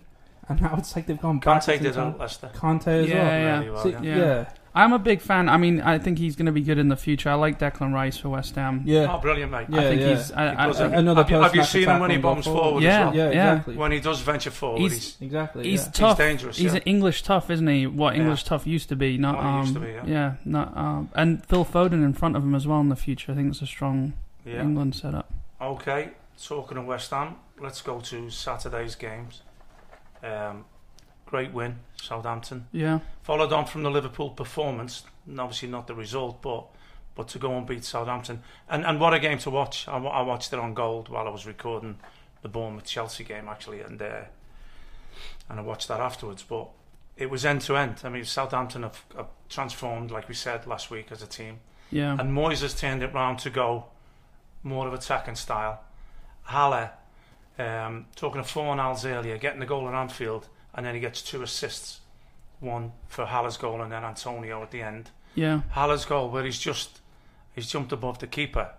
and now it's like they've gone
Can't
backwards.
take
in
this
time.
out, Leicester.
Conte as
Yeah,
well.
yeah.
Really well,
So,
yeah.
yeah.
Yeah. I'm a big fan. I mean, I think he's going to be good in the future. I like Declan Rice for West Ham.
Yeah.
Oh, brilliant, mate.
Yeah,
I think
yeah.
he's. I, I,
Because
a-
have, you-
another
have you, have you
person
seen
that
him when he
can go
bombs
forward.
forward?
Yeah.
as well?
Yeah,
Yeah.
exactly.
When he does venture forward,
He's-
he's,
exactly.
he's
yeah.
tough.
He's dangerous,
He's
yeah.
an English tough, isn't he? What
Yeah.
English tough used to be, not
What it
um,
used to be, yeah.
not um, and Phil Foden in front of him as well in the future. I think it's a strong
yeah.
England setup.
Okay, talking of West Ham, let's go to Saturday's games. Um, great win, Southampton.
Yeah,
Followed on from the Liverpool performance, and obviously not the result, but but to go and beat Southampton. And and what a game to watch. I, wa- I watched it on Gold while I was recording the Bournemouth Chelsea game actually, and uh, and I watched that afterwards. But it was end to end. I mean, Southampton have, have transformed, like we said last week, as a team.
yeah.
And Moyes has turned it round to go more of attacking style. Haller, um, talking of four nals earlier, getting the goal at Anfield, and then he gets two assists. One for Haller's goal and then Antonio at the end.
yeah.
Haller's goal where he's just he's jumped above the keeper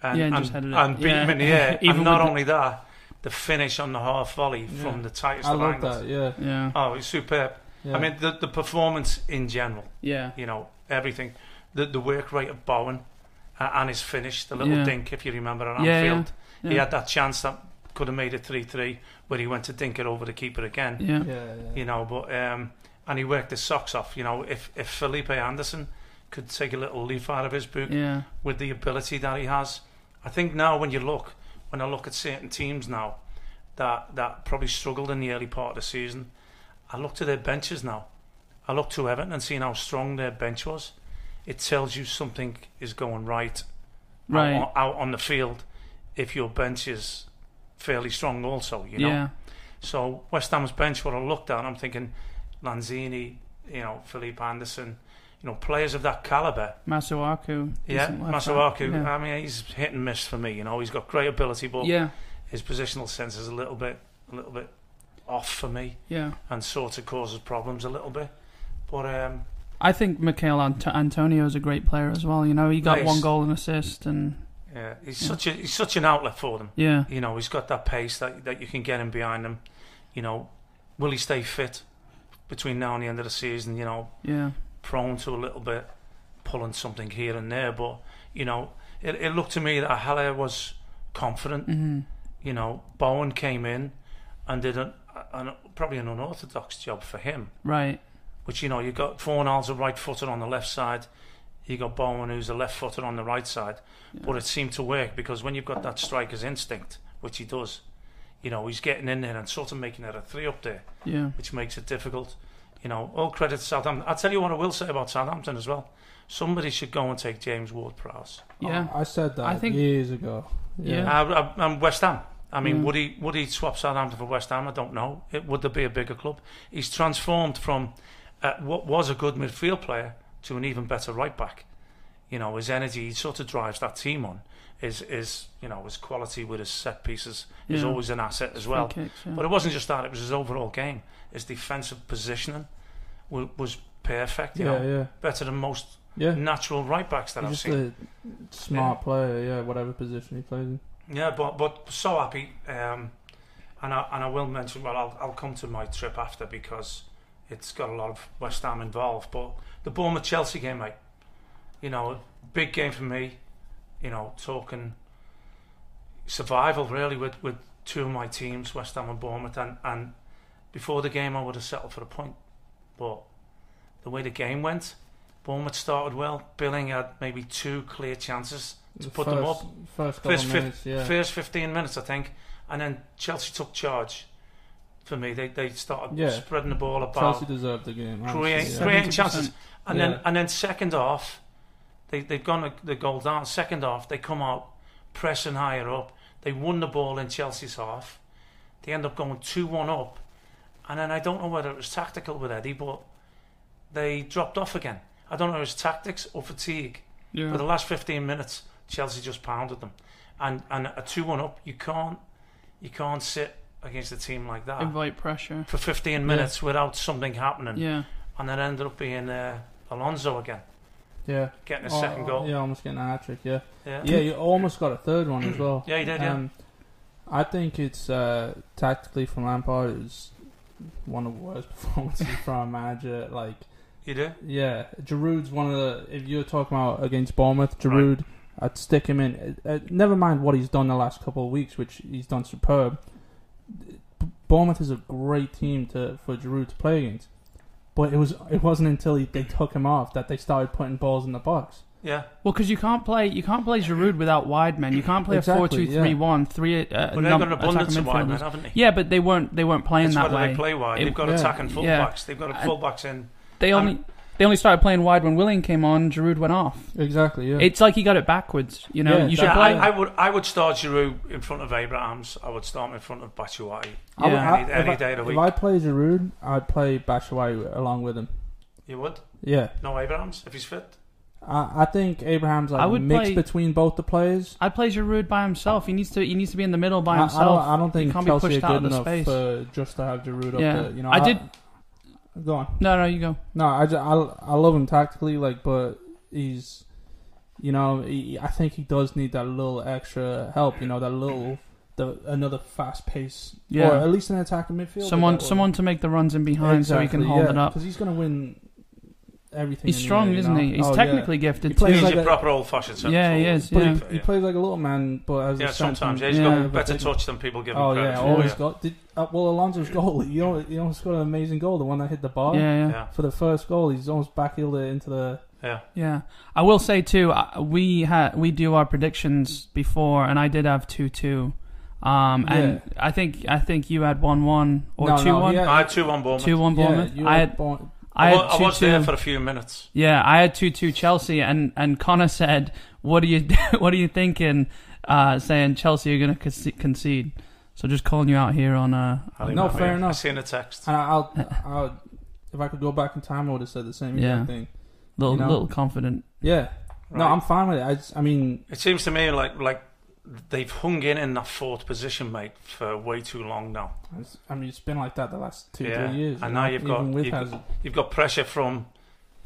and,
Yeah, and
and,
just headed it.
and beat him
Yeah.
in the air.
Even
and not
with the-
only that, the finish on the half volley from the tightest
I
of
love
angles.
that. Yeah.
Yeah,
Oh, it's superb.
yeah.
I mean, the, the performance in general
yeah,
you know everything the the work rate of Bowen uh, and his finish the little
Yeah.
dink if you remember at
Yeah, yeah,
Anfield
yeah.
he had that chance that could have made it 3-3 where he went to dink it over the keeper again
yeah,
yeah, yeah.
you know but um and he worked his socks off you know if if Felipe Anderson could take a little leaf out of his book
yeah,
with the ability that he has I think now when you look when I look at certain teams now that that probably struggled in the early part of the season I look to their benches now. I look to Everton and seeing how strong their bench was. It tells you something is going right,
Right.
Out, on, out on the field if your bench is fairly strong also, you know.
yeah.
So West Ham's bench, what I looked at, I'm thinking Lanzini, you know, Philippe Anderson, you know, players of that calibre.
Masuaku.
Yeah,
decent left back.
Masuaku,
Yeah.
I mean, he's hit and miss for me, you know. He's got great ability, but
yeah,
his positional sense is a little bit, a little bit off for me
yeah.
and sort of causes problems a little bit. But um,
I think Mikhail Ant- Antonio is a great player as well. You know, he got
Nice.
one goal and assist, and
yeah, he's
Yeah.
such a he's such an outlet for them.
yeah,
You know, he's got that pace that that you can get him behind them. You know, will he stay fit between now and the end of the season? You know,
yeah,
prone to a little bit pulling something here and there, but you know, it, it looked to me that Haller was confident.
hmm
You know, Bowen came in and did an, an probably an unorthodox job for him.
right,
which you know you got Fornals a right footer on the left side, you got Bowen who's a left footer on the right side, but it seemed to work because when you've got that striker's instinct, which he does, you know he's getting in there and sort of making it a three up there,
yeah,
which makes it difficult. You know, all credit to Southampton. I'll tell you what I will say about Southampton as well. Somebody should go and take James Ward-Prowse.
yeah.
Oh,
I said that
I think-
years ago. Yeah. Mm.
Yeah.
Uh, and West Ham. I mean,
Yeah.
would he would he swap Southampton for West Ham? I don't know. It, would there be a bigger club? He's transformed from uh, what was a good midfield player to an even better right back. You know, his energy he sort of drives that team on. His his you know his quality with his set pieces is
Yeah.
always an asset as well.
Free kicks, yeah.
But it wasn't just that; it was his overall game. His defensive positioning was, was perfect. You
Yeah,
know,
yeah,
better than most
yeah.
natural right backs that I've
He's just uh,
seen.
a smart player, yeah, whatever position he plays in.
Yeah, but but so happy, um, and I and I will mention. Well, I'll I'll come to my trip after because it's got a lot of West Ham involved. But the Bournemouth Chelsea game, mate, you know, big game for me. You know, talking survival really with with two of my teams, West Ham and Bournemouth, and and before the game I would have settled for a point, but the way the game went, Bournemouth started well. Billing had maybe two clear chances to
The
put
first,
them up
First couple
first, fif-
minutes, yeah.
first 15 minutes, I think. And then Chelsea took charge for me. They, they started
Yeah.
spreading the ball about,
Chelsea deserved the game. honestly,
create,
yeah.
creating chances.
70%.
And
Yeah.
then and then second half, they, they've gone a- the goal down. Second half, they come out pressing higher up. They won the ball in Chelsea's half. They end up going 2 1 up. And then I don't know whether it was tactical with Eddie, but they dropped off again. I don't know if it was tactics or fatigue.
Yeah.
For the last 15 minutes, Chelsea just pounded them, and and a two-one up, you can't you can't sit against a team like that
Invite pressure.
for 15 minutes without something happening,
Yeah.
and it ended up being uh, Alonso again
Yeah.
getting a
Oh,
second goal.
Yeah, almost getting a hat trick. Yeah.
Yeah,
Yeah, you almost got a third one as well.
Yeah, he did, yeah.
Um, I think it's uh, tactically from Lampard it was one of the worst performances from a manager. Like,
you do.
yeah, Giroud's one of the. If you're talking about against Bournemouth, Giroud, I'd stick him in. Uh, uh, never mind what he's done the last couple of weeks, which he's done superb. B- Bournemouth is a great team to for Giroud to play against. But it was it wasn't until he, they took him off that they started putting balls in the box.
Yeah,
Well, because you can't play you can't play Giroud without wide men. You can't play
Exactly,
a 4-2-3-1, three. Uh,
but they've
num-
got an
attacking
abundance of wide
midfielders.
men, haven't they?
Yeah, but they weren't they weren't playing
That's
that
why
way.
they play wide.
It-
They've got
yeah.
attacking fullbacks.
Yeah.
They've got
I-
fullbacks in.
They only
Um,
they only started playing wide when Willian came on. Giroud went off.
Exactly. Yeah.
It's like he got it backwards. You know,
Yeah,
you should
Yeah,
play.
that-
I, I would I would start Giroud in front of Abrahams. I would start him in front of Batshuayi.
I would-
Yeah.
I-
Any- any
if I-
day of the
If
week.
I play Giroud, I'd play Bashawai along with him.
You would?
Yeah,
No Abrahams if he's fit.
I, I think Abraham's like
I
a
would
mix
play-
between both the players.
I'd play Giroud by himself. He needs to he needs to be in the middle by
I, I don't,
himself.
I don't think
can't be
Chelsea are
pushed out of
good
the
enough
space.
for just to have Giroud
Yeah.
up there. You know,
I did-
Go on.
no, no, you go.
No, I, ju- I, I love him tactically, like, but he's, you know, he, I think he does need that little extra help. You know, that little, the another fast pace,
Yeah.
or at least an attacking midfield.
Someone someone to make the runs in behind so he can hold it up.
because he's going to win everything.
He's
in the
strong,
end, you
isn't
know?
he? He's
Oh, yeah.
technically gifted
He
too.
plays
He's
like
a
a-
proper old fashioned centre
Yeah, he
forward.
is,
But
yeah.
he, he plays like a little man, but as
Yeah,
a centre-
sometimes. Yeah, he's
yeah,
got a
but
better
they-
touch than people give him
Oh
credit
yeah,
for.
always
yeah.
got. Did, uh, well, Alonso's goal. He almost, he almost got an amazing goal. The one that hit the bar
yeah, yeah.
Yeah,
for the first goal. He's almost backheeled it into the.
yeah.
Yeah, I will say too. I- We had we do our predictions before, and I did have two two, um, and I think I think you had one one or
No, no,
two one,
he had-
I had 2 1 Bournemouth.
two one Bournemouth.
Yeah, you
I
were
had
born-
I
I,
had
wa- I
two
was
two.
there for a few minutes.
yeah, I had two two Chelsea, and and Connor said, "What are you what are you thinking?" Uh, saying Chelsea are going to concede. So just calling you out here on uh,
I think
No,
that
fair
way. I
enough.
seen a text.
and I'll, I'll, if I could go back in time, I would have said the same
Yeah.
exact thing.
little
You know.
little confident.
Yeah. No,
Right.
I'm fine with it. I, just, I mean,
It seems to me like like they've hung in in that fourth position, mate, for way too long now.
it's, I mean, it's been like that the last two,
Yeah.
three years.
And
you
now
know,
you've
even
got-
with
you've got-
Hazard.
You've got pressure from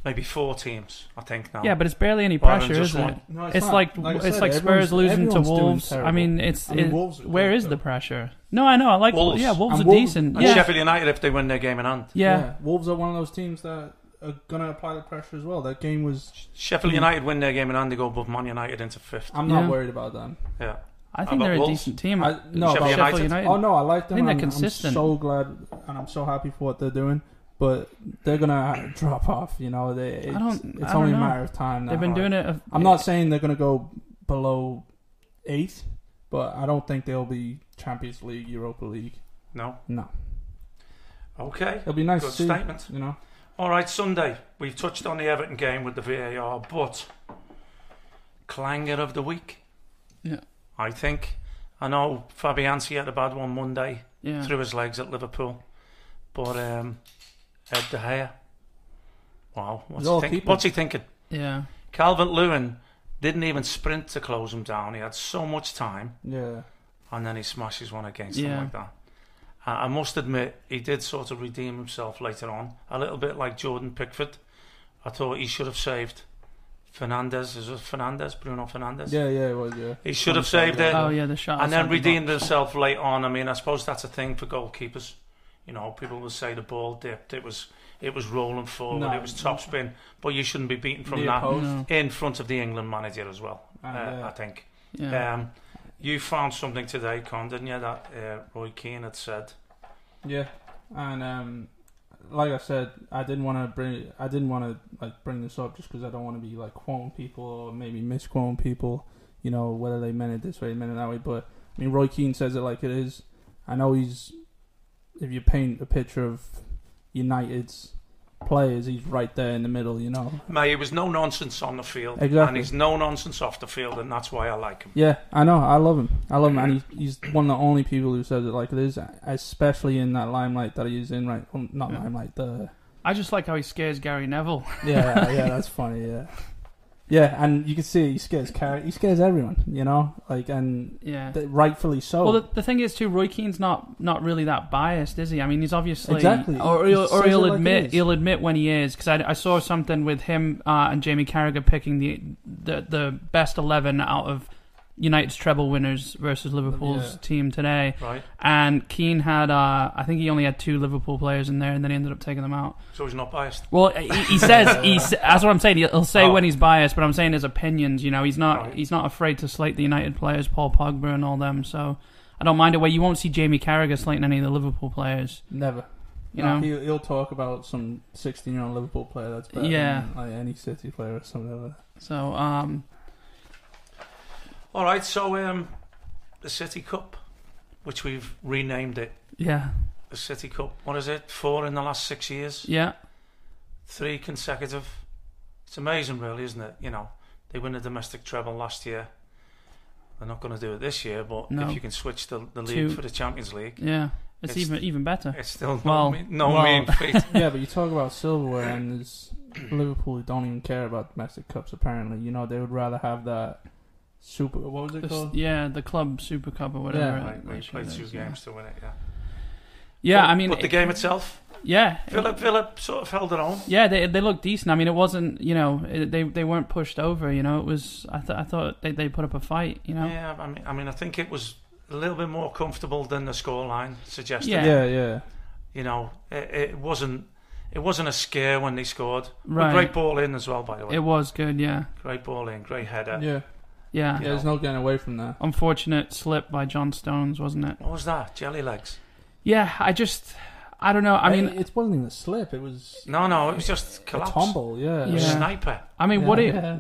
maybe four teams, I think now.
Yeah, but it's barely any
Rather than
pressure,
just
is it?
one.
No,
It's
not.
like,
I
it's
said,
like
everyone's-
Spurs losing to
everyone's doing
Wolves. I
terrible.
mean, it's
I mean,
it-
Wolves are
where
good,
is the
though.
pressure? No, I know. I like
Wolves.
yeah, Wolves
And
are
Wolves-
decent.
And
yeah.
Sheffield United, if they win their game in hand,
yeah,
Wolves are one of those teams that are gonna apply the pressure as well. That game was.
Sheffield
Mm.
United win their game in hand, they go above Man United into fifth.
I'm not
Yeah.
worried about them.
Yeah,
I
How
think
about
they're a
Wolves?
decent team.
I- no,
Sheffield
Sheffield
United.
United.
Oh no, I like them.
I think they're
and
consistent.
I'm so glad, and I'm so happy for what they're doing. But they're gonna drop off. You know, they. It's,
don't-
It's
I don't
only
know.
a matter of time. Now.
They've been doing it. A,
I'm not saying they're gonna go below eighth, but I don't think they'll be Champions League, Europa League.
no,
No,
okay.
it'll be nice
Good
to see.
statement.
You know,
All right, Sunday. We've touched on the Everton game with the VAR, but clanger of the week.
Yeah.
I think. I know Fabianski had a bad one Monday
Yeah.
through his legs at Liverpool, but um, Ed De Gea. Wow, what's he,
Goalkeeper.
think- what's he thinking?
Yeah.
Calvert Lewin didn't even sprint to close him down. He had so much time.
yeah.
and then he smashes one against
Yeah.
them like that. Uh, I must admit, he did sort of redeem himself later on, a little bit like Jordan Pickford. I thought he should have saved Fernandez. Is it Fernandez? Bruno Fernandez?
Yeah, yeah, it was, yeah.
He should have saved it
Oh yeah, the shot.
and then
outside the
redeemed
box.
himself late on. I mean, I suppose that's a thing for goalkeepers. You know, people will say the ball dipped. It was it was rolling forward.
No.
It was top spin. But you shouldn't be beaten from
Near
that
post.
No.
in front of the England manager as well.
Ah,
uh,
yeah.
I think.
Yeah.
Um, you found something today, Con, didn't you? That uh, Roy Keane had said.
Yeah, and um, like I said, I didn't want to bring I didn't want to like bring this up just because I don't want to be like quoting people or maybe misquoting people. You know whether they meant it this way, meant it that way. But I mean, Roy Keane says it like it is. I know he's if you paint a picture of United's players, he's right there in the middle. You know.
Mate, it was no nonsense on the field, and
Exactly.
he's no nonsense off the field, and that's why I like him.
Yeah, I know. I love him. I love him, and he's, he's one of the only people who says it like it is, especially in that limelight that he's in right. Well, not
Yeah.
limelight. The
I just like how he scares Gary Neville.
Yeah, yeah, that's funny. Yeah, yeah, and you can see he scares Car- he scares everyone. You know, like and
Yeah.
th- rightfully so.
Well, the, the thing is too, Roy Keane's not not really that biased, is he? I mean, he's obviously
Exactly.
or
He
he'll, or
says
he'll
it like it
admit
is.
he'll admit when he is because I, I saw something with him uh, and Jamie Carragher picking the, the the best eleven out of United's treble winners versus Liverpool's
Yeah.
team today,
right?
and Keane had uh, I think he only had two Liverpool players in there, and then he ended up taking them out.
So he's not biased.
Well, he, he says he s- that's what I'm saying. He'll he'll say
Oh.
when he's biased, but I'm saying his opinions. You know, he's not
Right.
he's not afraid to slate the United players, Paul Pogba and all them. So I don't mind it. Where you won't see Jamie Carragher slating any of the Liverpool players.
Never.
You
No,
know?
he'll, he'll talk about some 16 year old Liverpool player that's better
Yeah.
than like, any City player or something like
So um,
All right, so um, the City Cup, which we've renamed it
yeah,
the City Cup. What is it? Four in the last six years,
yeah,
three consecutive. It's amazing, really, isn't it? You know, they win the domestic treble last year. They're not going to do it this year, but
No.
if you can switch the, the league
Two.
for the Champions League,
yeah. It's,
It's-
even even better.
it's still
Well,
no, mean, no
well.
mean feat.
that. yeah, but you talk about silverware and there's Liverpool who don't even care about domestic cups. Apparently, you know they would rather have that super. What was it
This-
called?
yeah, the club Super Cup or whatever.
Yeah.
Right,
it-
we
it
played
is,
two
yeah.
games to win it. Yeah,
Yeah,
But-
I mean,
but the
it-
game itself,
yeah,
Philip, Philip sort of held their own.
Yeah, they they looked decent. I mean, it wasn't you know it, they they weren't pushed over. You know, it was I th- I thought they they put up a fight. You know,
Yeah, I mean, I mean, I think it was a little bit more comfortable than the scoreline suggested.
Yeah.
yeah, yeah.
You know, it, it wasn't it wasn't a scare when they scored. But
Right.
great ball in as well, by the way.
it was good. Yeah,
great ball in, great header.
yeah.
yeah.
yeah. there's no getting away from that.
Unfortunate slip by John Stones, wasn't it?
What was that? Jelly legs?
Yeah, I just I don't know. I mean,
it wasn't even a slip. It was
No, no, it was just
a
collapse.
tumble. Yeah,
It was
Yeah.
Sniper.
I mean, what it
Yeah.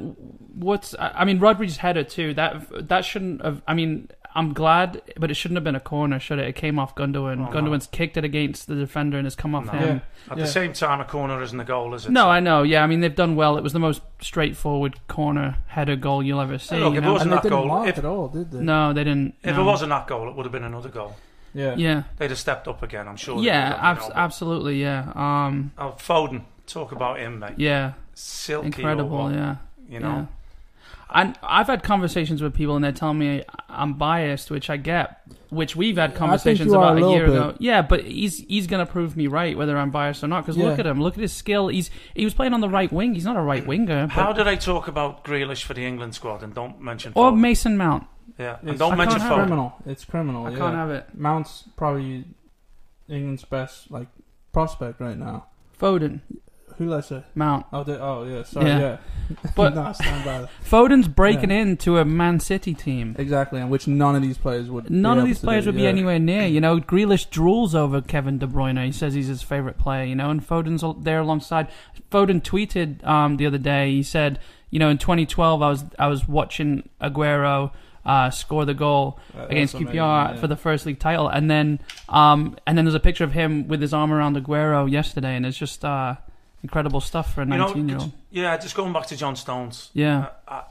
what's I I mean Rodri's header too. That that shouldn't have. I mean, I'm glad, but it shouldn't have been a corner, should it? It came off Gundogan.
Oh, no.
Gundogan's kicked it against the defender and has come off
No.
him.
Yeah.
At
Yeah.
the same time, a corner isn't a goal, is it?
No,
So-
I know. Yeah, I mean they've done well. It was the most straightforward corner header goal you'll ever see.
look,
you
it
know?
wasn't
and they
that
didn't
goal.
mark
If-
at all, did they?
No, they didn't.
If
no.
it wasn't that goal, it would have been another goal.
Yeah,
yeah,
They'd have stepped up again, I'm sure. they
yeah,
would have,
abs-
you know, but-
absolutely, yeah, um,
Oh, Foden, talk about him, mate.
yeah,
Silky
incredible,
or what,
yeah,
You know,
yeah. And I've had conversations with people, and they're telling me I'm biased, which I get. Which we've had
think
conversations
you are
about a,
a little
year
bit.
ago. Yeah, but he's he's gonna prove me right whether I'm biased or not. Because look
Yeah.
at him, look at his skill. He's he was playing on the right wing. He's not a right winger.
how
but-
did I talk about Grealish for the England squad and don't mention
or
Foden?
Mason Mount?
yeah,
It's-
and
I
don't mention
can't have
Foden.
criminal. It's
Oh,
criminal.
I
yeah.
can't have it.
Mount's probably England's best like prospect right now.
Foden,
Who lesser?
Mount.
Oh, the, oh yeah, sorry,
Yeah.
yeah.
But-
Nah, stand by that.
Foden's breaking
Yeah.
into a Man City team.
exactly, and which none of these players would.
None
be
of
able
these
to
players
do,
would be
yeah.
anywhere near. You know, Grealish drools over Kevin De Bruyne. He says he's his favorite player. You know, and Foden's al- there alongside. Foden tweeted um, the other day. He said, you know, in 2012, I was I was watching Aguero. Uh, score the goal
That-
against
that's
QPR
amazing, yeah.
for the first league title, and then um, and then there's a picture of him with his arm around Aguero yesterday, and it's just uh, incredible stuff for a
You know, uh,
19 year old.
Yeah, just going back to John Stones.
Yeah,
I,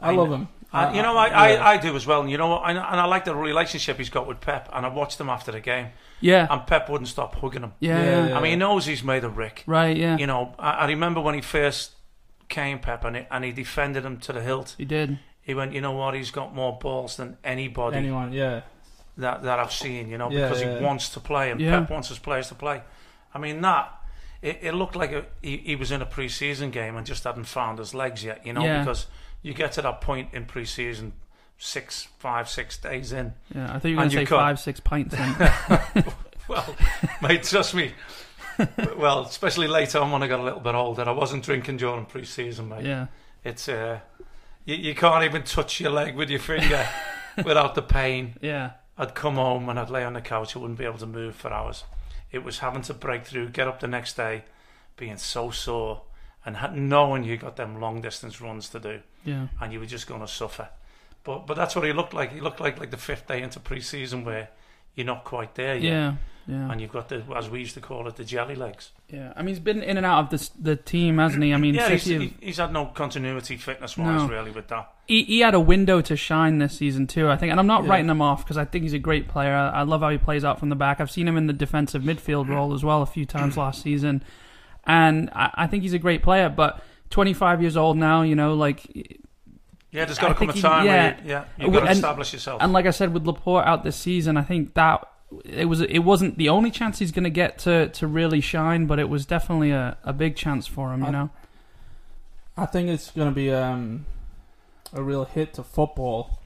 I love him.
I, you know, I,
yeah.
I, I do as well. And you know what? I, and I like the relationship he's got with Pep. And I watched them after the game.
yeah,
And Pep wouldn't stop hugging him.
yeah,
Yeah,
yeah.
yeah.
I mean, he knows he's made a rick.
right, yeah,
You know, I, I remember when he first came, Pep, and he, and he defended him to the hilt.
he did.
He went, you know what? He's got more balls than anybody
anyone, yeah,
that, that I've seen, you know,
Yeah,
because
yeah.
he wants to play and
Yeah.
Pep wants his players to play. I mean, that, it, it looked like a, he, he was in a pre season game and just hadn't found his legs yet, you know,
Yeah.
because you get to that point in pre season, six, five, six days in.
Yeah, I thought you were going
And
to
you
say
cut.
five, six pints. In.
Well, mate, trust me. well, especially later on when I got a little bit older, I wasn't drinking during pre season, mate.
yeah,
It's, uh, you, you can't even touch your leg with your finger without the pain.
yeah,
I'd come home and I'd lay on the couch. I wouldn't be able to move for hours. It was having to break through, get up the next day, being so sore, and had, knowing you got them long distance runs to do,
yeah,
and you were just going to suffer. But but that's what he looked like. He looked like like the fifth day into pre-season where you're not quite there yet,
yeah, yeah,
and you've got the as we used to call it the jelly legs.
yeah. I mean, he's been in and out of this, the team, hasn't he? I mean,
yeah, he's,
City have-
he- he's had no continuity fitness wise
No.
really with that.
he, he had a window to shine this season too, I think. And I'm not
Yeah.
writing him off because I think he's a great player. I, I love how he plays out from the back. I've seen him in the defensive midfield role as well a few times last season. and I, I think he's a great player. But 25 years old now, you know, like
Yeah, there's got
I
to come a
think he-
time
yeah.
where you, yeah, you've got
Well,
to
and-
establish yourself.
And like I said, with Laporte out this season, I think that it was it wasn't the only chance he's going to get to to really shine, but it was definitely a, a big chance for him. You
I-
know,
I think it's going to be um, a real hit to football,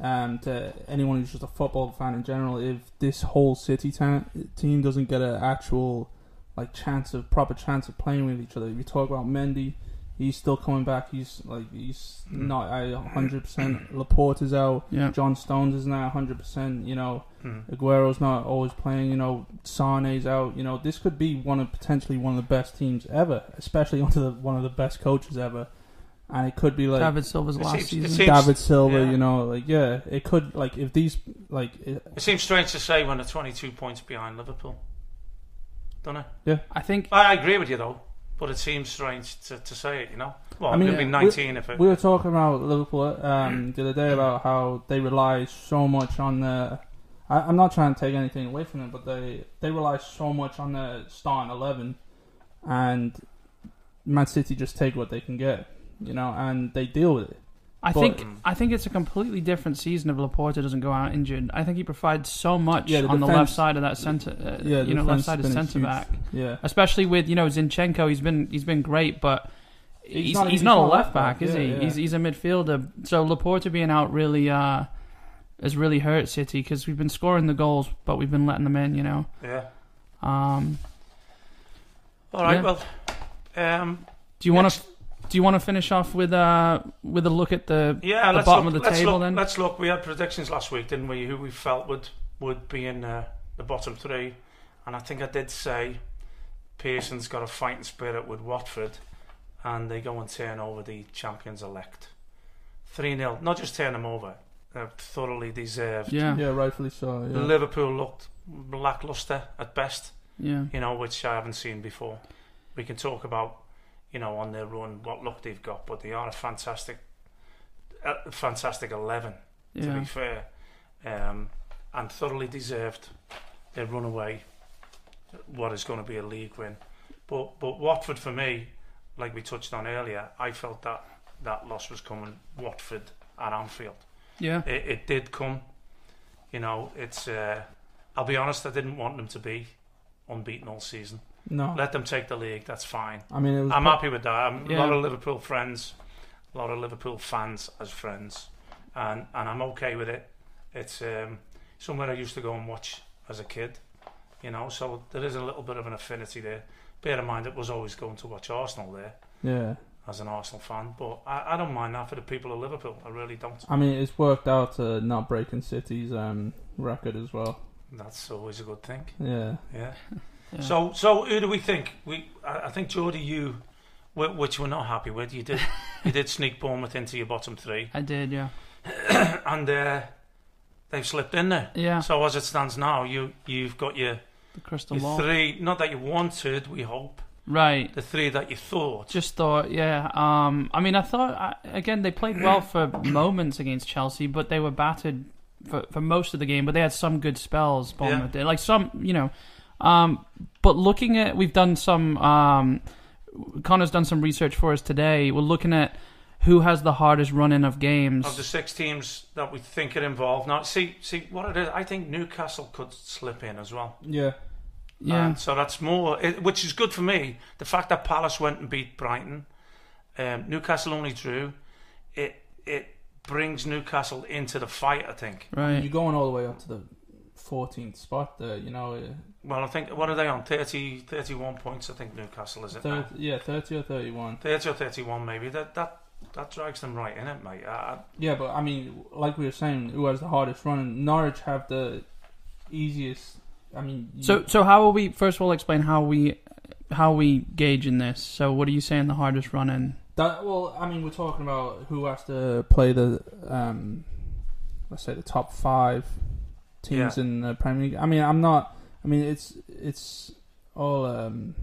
um, to anyone who's just a football fan in general. If this whole City ta- team doesn't get an actual like chance of proper chance of playing with each other, if you talk about Mendy, he's still coming back. He's like he's
Mm.
not a hundred percent. Laporte is out.
yeah,
John Stones is not hundred percent. You know,
Mm.
Aguero's not always playing. You know, Sane's out. You know, this could be one of potentially one of the best teams ever, especially under the, one of the best coaches ever. And it could be like
David Silva's
It
last
seems- it
season.
seems-
David Silva.
yeah.
You know, like yeah, it could like if these like it,
It seems strange to say when they're 22 points behind Liverpool, don't it?
I think
I, I agree with you though, but it seems strange to, to say it. You know, well,
I mean,
it'd be
uh,
19 if it.
we were talking about Liverpool um, the other day about how they rely so much on the. I, I'm not trying to take anything away from them, but they they rely so much on the starting eleven, and Man City just take what they can get, you know, and they deal with it.
I
but-
think I think it's a completely different season if Laporte doesn't go out injured. I think he provides so much
Yeah, the
on the
defense-
left side of that center, uh,
Yeah,
you know,
defense
left
has
side of
been a
centre
huge-
back,
Yeah,
especially with you know Zinchenko. He's been he's been great, but. He's, he's, not, a left back, is
yeah,
he?
yeah.
He's, he's a midfielder. So Laporta being out really uh, has really hurt City because we've been scoring the goals, but we've been letting them in. You know.
yeah.
Um,
All right.
Yeah.
Well, um,
do you want to
next-
do you want to finish off with uh, with a look at the
Yeah,
the
let's
bottom
look,
of the
let's
table
Look,
then?
let's look. We had predictions last week, didn't we? Who we felt would would be in uh, the bottom three, and I think I did say Pearson's got a fighting spirit with Watford, and they go and turn over the champions elect, three 0 Not just turn them over, they're thoroughly deserved.
yeah, yeah,
yeah, rightfully so. Yeah.
Liverpool looked lackluster at best,
yeah,
you know, which I haven't seen before. We can talk about, you know, on their run what luck they've got, but they are a fantastic, a fantastic eleven to be fair, um, and thoroughly deserved. They run away what is going to be a league win, but but Watford for me, like we touched on earlier, I felt that that loss was coming. Watford at Anfield,
yeah,
it, it did come. You know, it's. Uh, I'll be honest, I didn't want them to be unbeaten all season.
No,
Let them take the league. That's fine.
I mean it was.
I'm happy with that. I'm
Yeah.
a lot of Liverpool friends, a lot of Liverpool fans as friends, and and I'm okay with it. It's um, somewhere I used to go and watch as a kid, you know. So there is a little bit of an affinity there. Bear in mind, it was always going to watch Arsenal there
Yeah,
as an Arsenal fan, but I, I don't mind that for the people of Liverpool. I really don't.
I mean it's worked out to not breaking City's um, record as well.
That's always a good thing.
Yeah,
Yeah.
yeah.
So so who do we think? We I, I think Jordy, you, wh- which we're not happy with. You did you did sneak Bournemouth into your bottom three.
I did, yeah,
and uh, they've slipped in there.
yeah,
So as it stands now, you you've got your,
the crystal
your
ball,
three, not that you wanted, we hope,
right?
the three that you thought.
Just thought, yeah. Um, I mean, I thought I, again they played well for moments against Chelsea, but they were battered for, for most of the game. But they had some good spells. Bournemouth did, like some, you know. Um, but looking at, we've done some. Um, Connor's done some research for us today. We're looking at who has the hardest run in of games.
Of the six teams that we think are involved now, see, see what it is. I think Newcastle could slip in as well.
yeah.
yeah,
And so that's more, it, which is good for me. The fact that Palace went and beat Brighton, um, Newcastle only drew. It it brings Newcastle into the fight. I think.
right.
You're going all the way up to the 14th spot there, you know. uh,
Well, I think what are they on? 30, 31 points. I think Newcastle is it. now?
Thir- yeah, 30 or 31.
30 or 31 maybe that that that drags them right in it mate Uh, I,
Yeah, but I mean, like we were saying, who has the hardest run? Norwich have the easiest. I mean, you-
So, so how will we? First of all, explain how we how we gauge in this. So, what are you saying the hardest run in?
that well, I mean, we're talking about who has to play the um, let's say the top five teams
Yeah.
in the Premier League. I mean, I'm not. I mean, it's it's all um,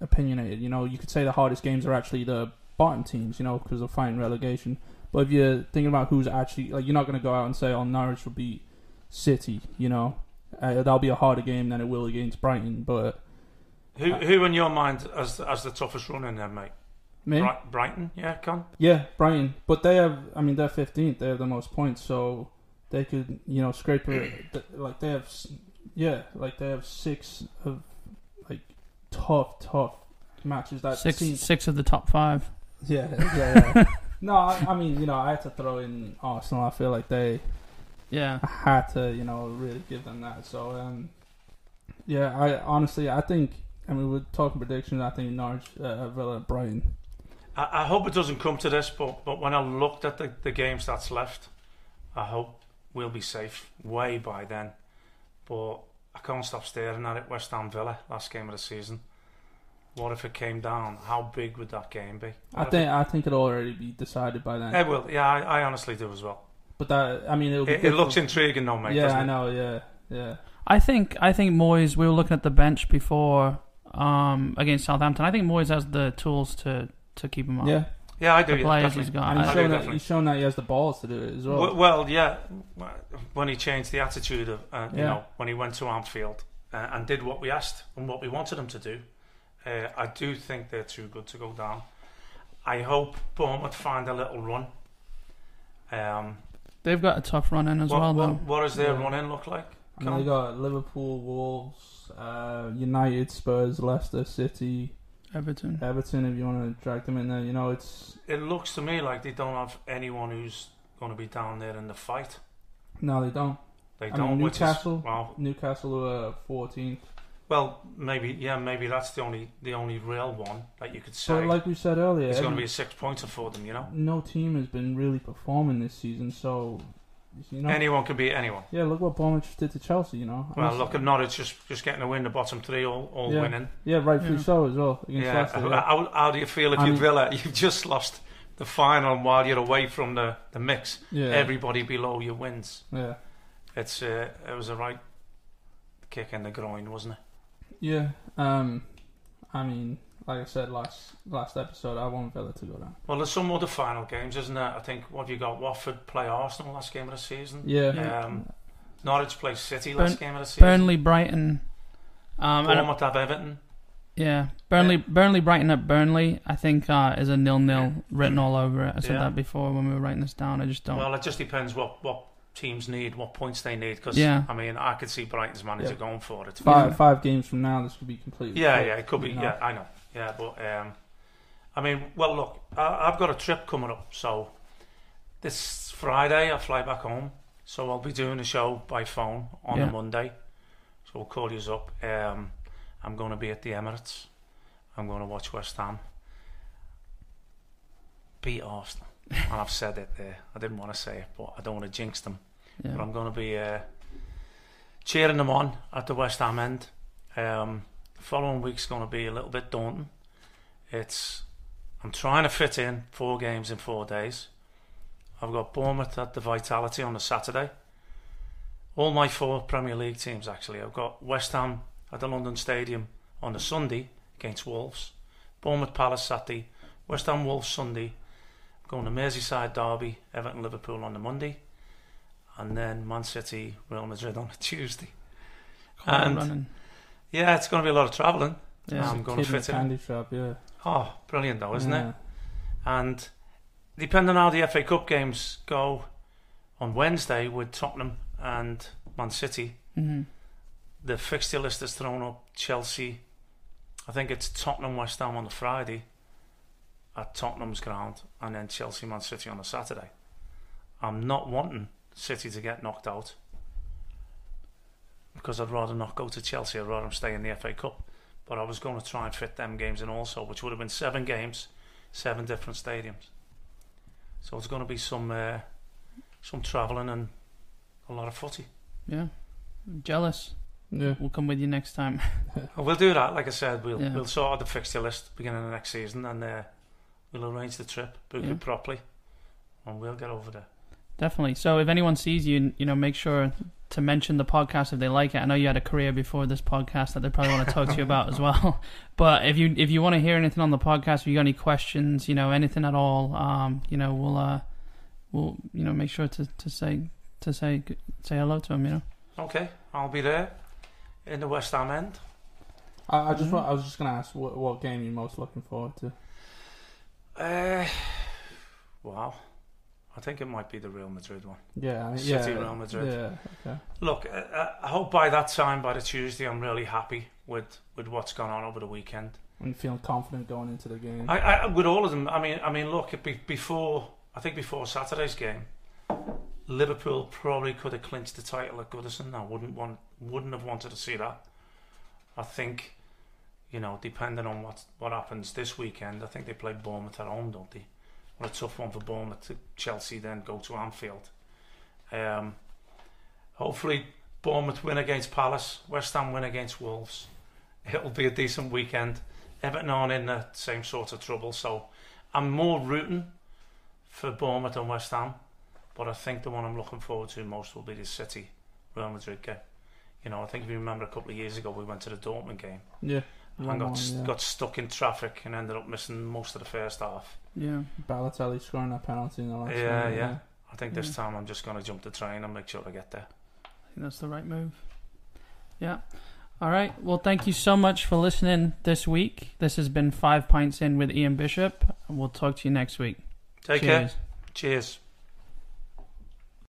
opinionated. You know, you could say the hardest games are actually the bottom teams. You know, because they're fighting relegation. But if you're thinking about who's actually like, you're not going to go out and say, "Oh, Norwich will beat City." You know, uh, that'll be a harder game than it will against Brighton. But
Who, who in your mind has as the toughest run in there, mate?
Me?
Bri- Brighton, yeah, Con.
Yeah, Brighton. But they have, I mean, they're 15th. They have the most points, so they could, you know, scrape it. th- like they have, s- yeah, like they have six of like tough, tough matches that
Six
seem-
six of the top five.
Yeah, yeah. yeah. no, I, I mean, you know, I had to throw in Arsenal. I feel like they
Yeah.
I had to, you know, really give them that. So, um, yeah, I honestly, I think, I mean, we're talking predictions. I think Norwich, uh, Villa, Brighton.
I, I hope it doesn't come to this, but but when I looked at the, the games that's left, I hope we'll be safe way by then. But I can't stop staring at it. West Ham Villa, last game of the season. What if it came down? How big would that game be?
I
What if
think, I think it'll already be decided by then.
It, it will. Yeah, I, I honestly do as well.
But that, I mean, it'll be
It, it
good
looks
for-
intriguing, though, mate.
Yeah,
doesn't
I
it?
know. Yeah, yeah.
I think I think Moyes. We were looking at the bench before um, against Southampton. I think Moyes has the tools to to keep him up.
Yeah,
Yeah, I do.
The
yeah,
players
definitely.
he's got. Uh,
and
I-
he's
I do
shown, that,
definitely.
he's shown that he has the balls to do it as well.
W- Well, yeah, when he changed the attitude of, uh, you
Yeah.
know, when he went to Anfield uh, and did what we asked and what we wanted him to do, uh, I do think they're too good to go down. I hope Bournemouth find a little run. Um,
They've got a tough run in as
what,
well, though.
what, what does their
Yeah.
run in look like?
I mean, they got Liverpool, Wolves, uh, United, Spurs, Leicester, City,
Everton.
Everton. If you want to drag them in there, you know it's
It looks to me like they don't have anyone who's going to be down there in the fight.
no, they don't.
They
I mean,
don't. which is-
Newcastle.
well,
Newcastle are 14th.
well, maybe yeah, maybe that's the only the only real one that you could
So,
say.
like we said earlier,
it's going to
every-
be a six pointer for them, you know.
no team has been really performing this season. So, you know,
Anyone could beat anyone.
yeah, look what Bournemouth did to Chelsea. You know,
Well,
Honestly.
look at Norwich just just getting a win, the bottom three, all, all
Yeah.
winning.
yeah, rightfully
Yeah.
so as well against
Yeah.
Leicester.
How,
yeah.
how, do you feel if
I
you
mean-
Villa? You've just lost the final while you're away from the, the mix.
Yeah,
Everybody below you wins.
yeah.
It's uh, it was a right kick in the groin, wasn't it?
Yeah. Um, I mean, like I said last last episode, I want Villa to go down.
Well, there's some other final games, isn't there? I think what have you got? Watford play Arsenal last game of the season.
Yeah.
Um, Norwich play City
Burn-
last game of the season.
Burnley, Brighton. Um, and-
Bournemouth have Everton.
yeah, Burnley, Burnley, Brighton at Burnley. I think uh, is a nil-nil written all over it. I said
Yeah.
that before when we were writing this down. I just don't.
Well, it just depends what, what teams need, what points they need. Because
Yeah.
I mean, I could see Brighton's manager
Yeah.
going for it.
Five
Yeah.
five games from now, this could be completely.
Yeah,
flipped,
yeah, it could be.
you know?
Yeah, I know. Yeah, but um, I mean, well, look, I, I've got a trip coming up, so this Friday I fly back home, so I'll be doing a show by phone on
Yeah.
a Monday. So we'll call you up. Um, I'm going to be at the Emirates. I'm going to watch West Ham beat Arsenal, and I've said it there. I didn't want to say it, but I don't want to jinx them. But
yeah.
I'm going to be uh, cheering them on at the West Ham end. Um, following week's going to be a little bit daunting. It's I'm trying to fit in four games in four days. I've got Bournemouth at the Vitality on the Saturday. All my four Premier League teams actually. I've got West Ham at the London Stadium on the Sunday against Wolves. Bournemouth Palace Saturday. West Ham Wolves Sunday. Going to Merseyside Derby, Everton Liverpool on the Monday and then Man City, Real Madrid on a Tuesday.
Hard
and- um,
running.
Yeah, it's going to be a lot of travelling.
Yeah.
I'm
It's a
gonna
kid in a
fit in.
candy shop. Yeah,
Oh, brilliant though, isn't
yeah.
it? And depending on how the FA Cup games go on Wednesday with Tottenham and Man City,
hmm
the fixture list is thrown up. Chelsea, I think it's Tottenham West Ham on the Friday at Tottenham's ground, and then Chelsea Man City on the Saturday. I'm not wanting City to get knocked out because I'd rather not go to Chelsea. I'd rather stay in the FA Cup. But I was going to try and fit them games in also, which would have been seven games, seven different stadiums. So it's going to be some uh, some travelling and a lot of footy.
Yeah. Jealous.
Yeah.
We'll come with you next time.
Oh, We'll do that. Like I said, we'll
Yeah.
we'll sort out the fixture list beginning of next season, and uh, we'll arrange the trip, book
Yeah.
it properly, and we'll get over there.
Definitely. So if anyone sees you, you know, make sure to mention the podcast if they like it. I know you had a career before this podcast that they probably want to talk to you about as well. But if you if you want to hear anything on the podcast, if you got any questions, you know, anything at all, um, you know, we'll uh, we'll you know make sure to, to say to say say hello to them. You know.
Okay, I'll be there in the West Ham end.
I, I just wa- I was just gonna ask what, what game you're most looking forward to.
Uh, wow. I think it might be the Real Madrid one.
Yeah, I mean,
City,
yeah,
Real Madrid.
Yeah, okay.
Look, I- I, I hope by that time, by the Tuesday, I'm really happy with, with what's gone on over the weekend.
And feeling confident going into the game.
I, I, with all of them, I mean, I mean, look, it'd be- before I think before Saturday's game, Liverpool probably could have clinched the title at Goodison. I wouldn't want, wouldn't have wanted to see that. I think, you know, depending on what what happens this weekend, I think they play Bournemouth at home, don't they? What a tough one for Bournemouth to Chelsea, then go to Anfield. Um, hopefully, Bournemouth win against Palace, West Ham win against Wolves. It'll be a decent weekend. Everton aren't in the same sort of trouble, so I'm more rooting for Bournemouth and West Ham. But I think the one I'm looking forward to most will be the City Real Madrid game. You know, I think if you remember a couple of years ago, we went to the Dortmund game
yeah,
and got
One-one, yeah.
got stuck in traffic and ended up missing most of the first half.
Yeah.
Balotelli scoring that penalty in the last
Yeah,
minute,
yeah. I think this
Yeah.
time I'm just going to jump the train and make sure I get there.
I think that's the right move. Yeah. All right. Well, thank you so much for listening this week. This has been Five Pints In with Ian Bishop. We'll talk to you next week.
Take care.
Cheers.
Cheers.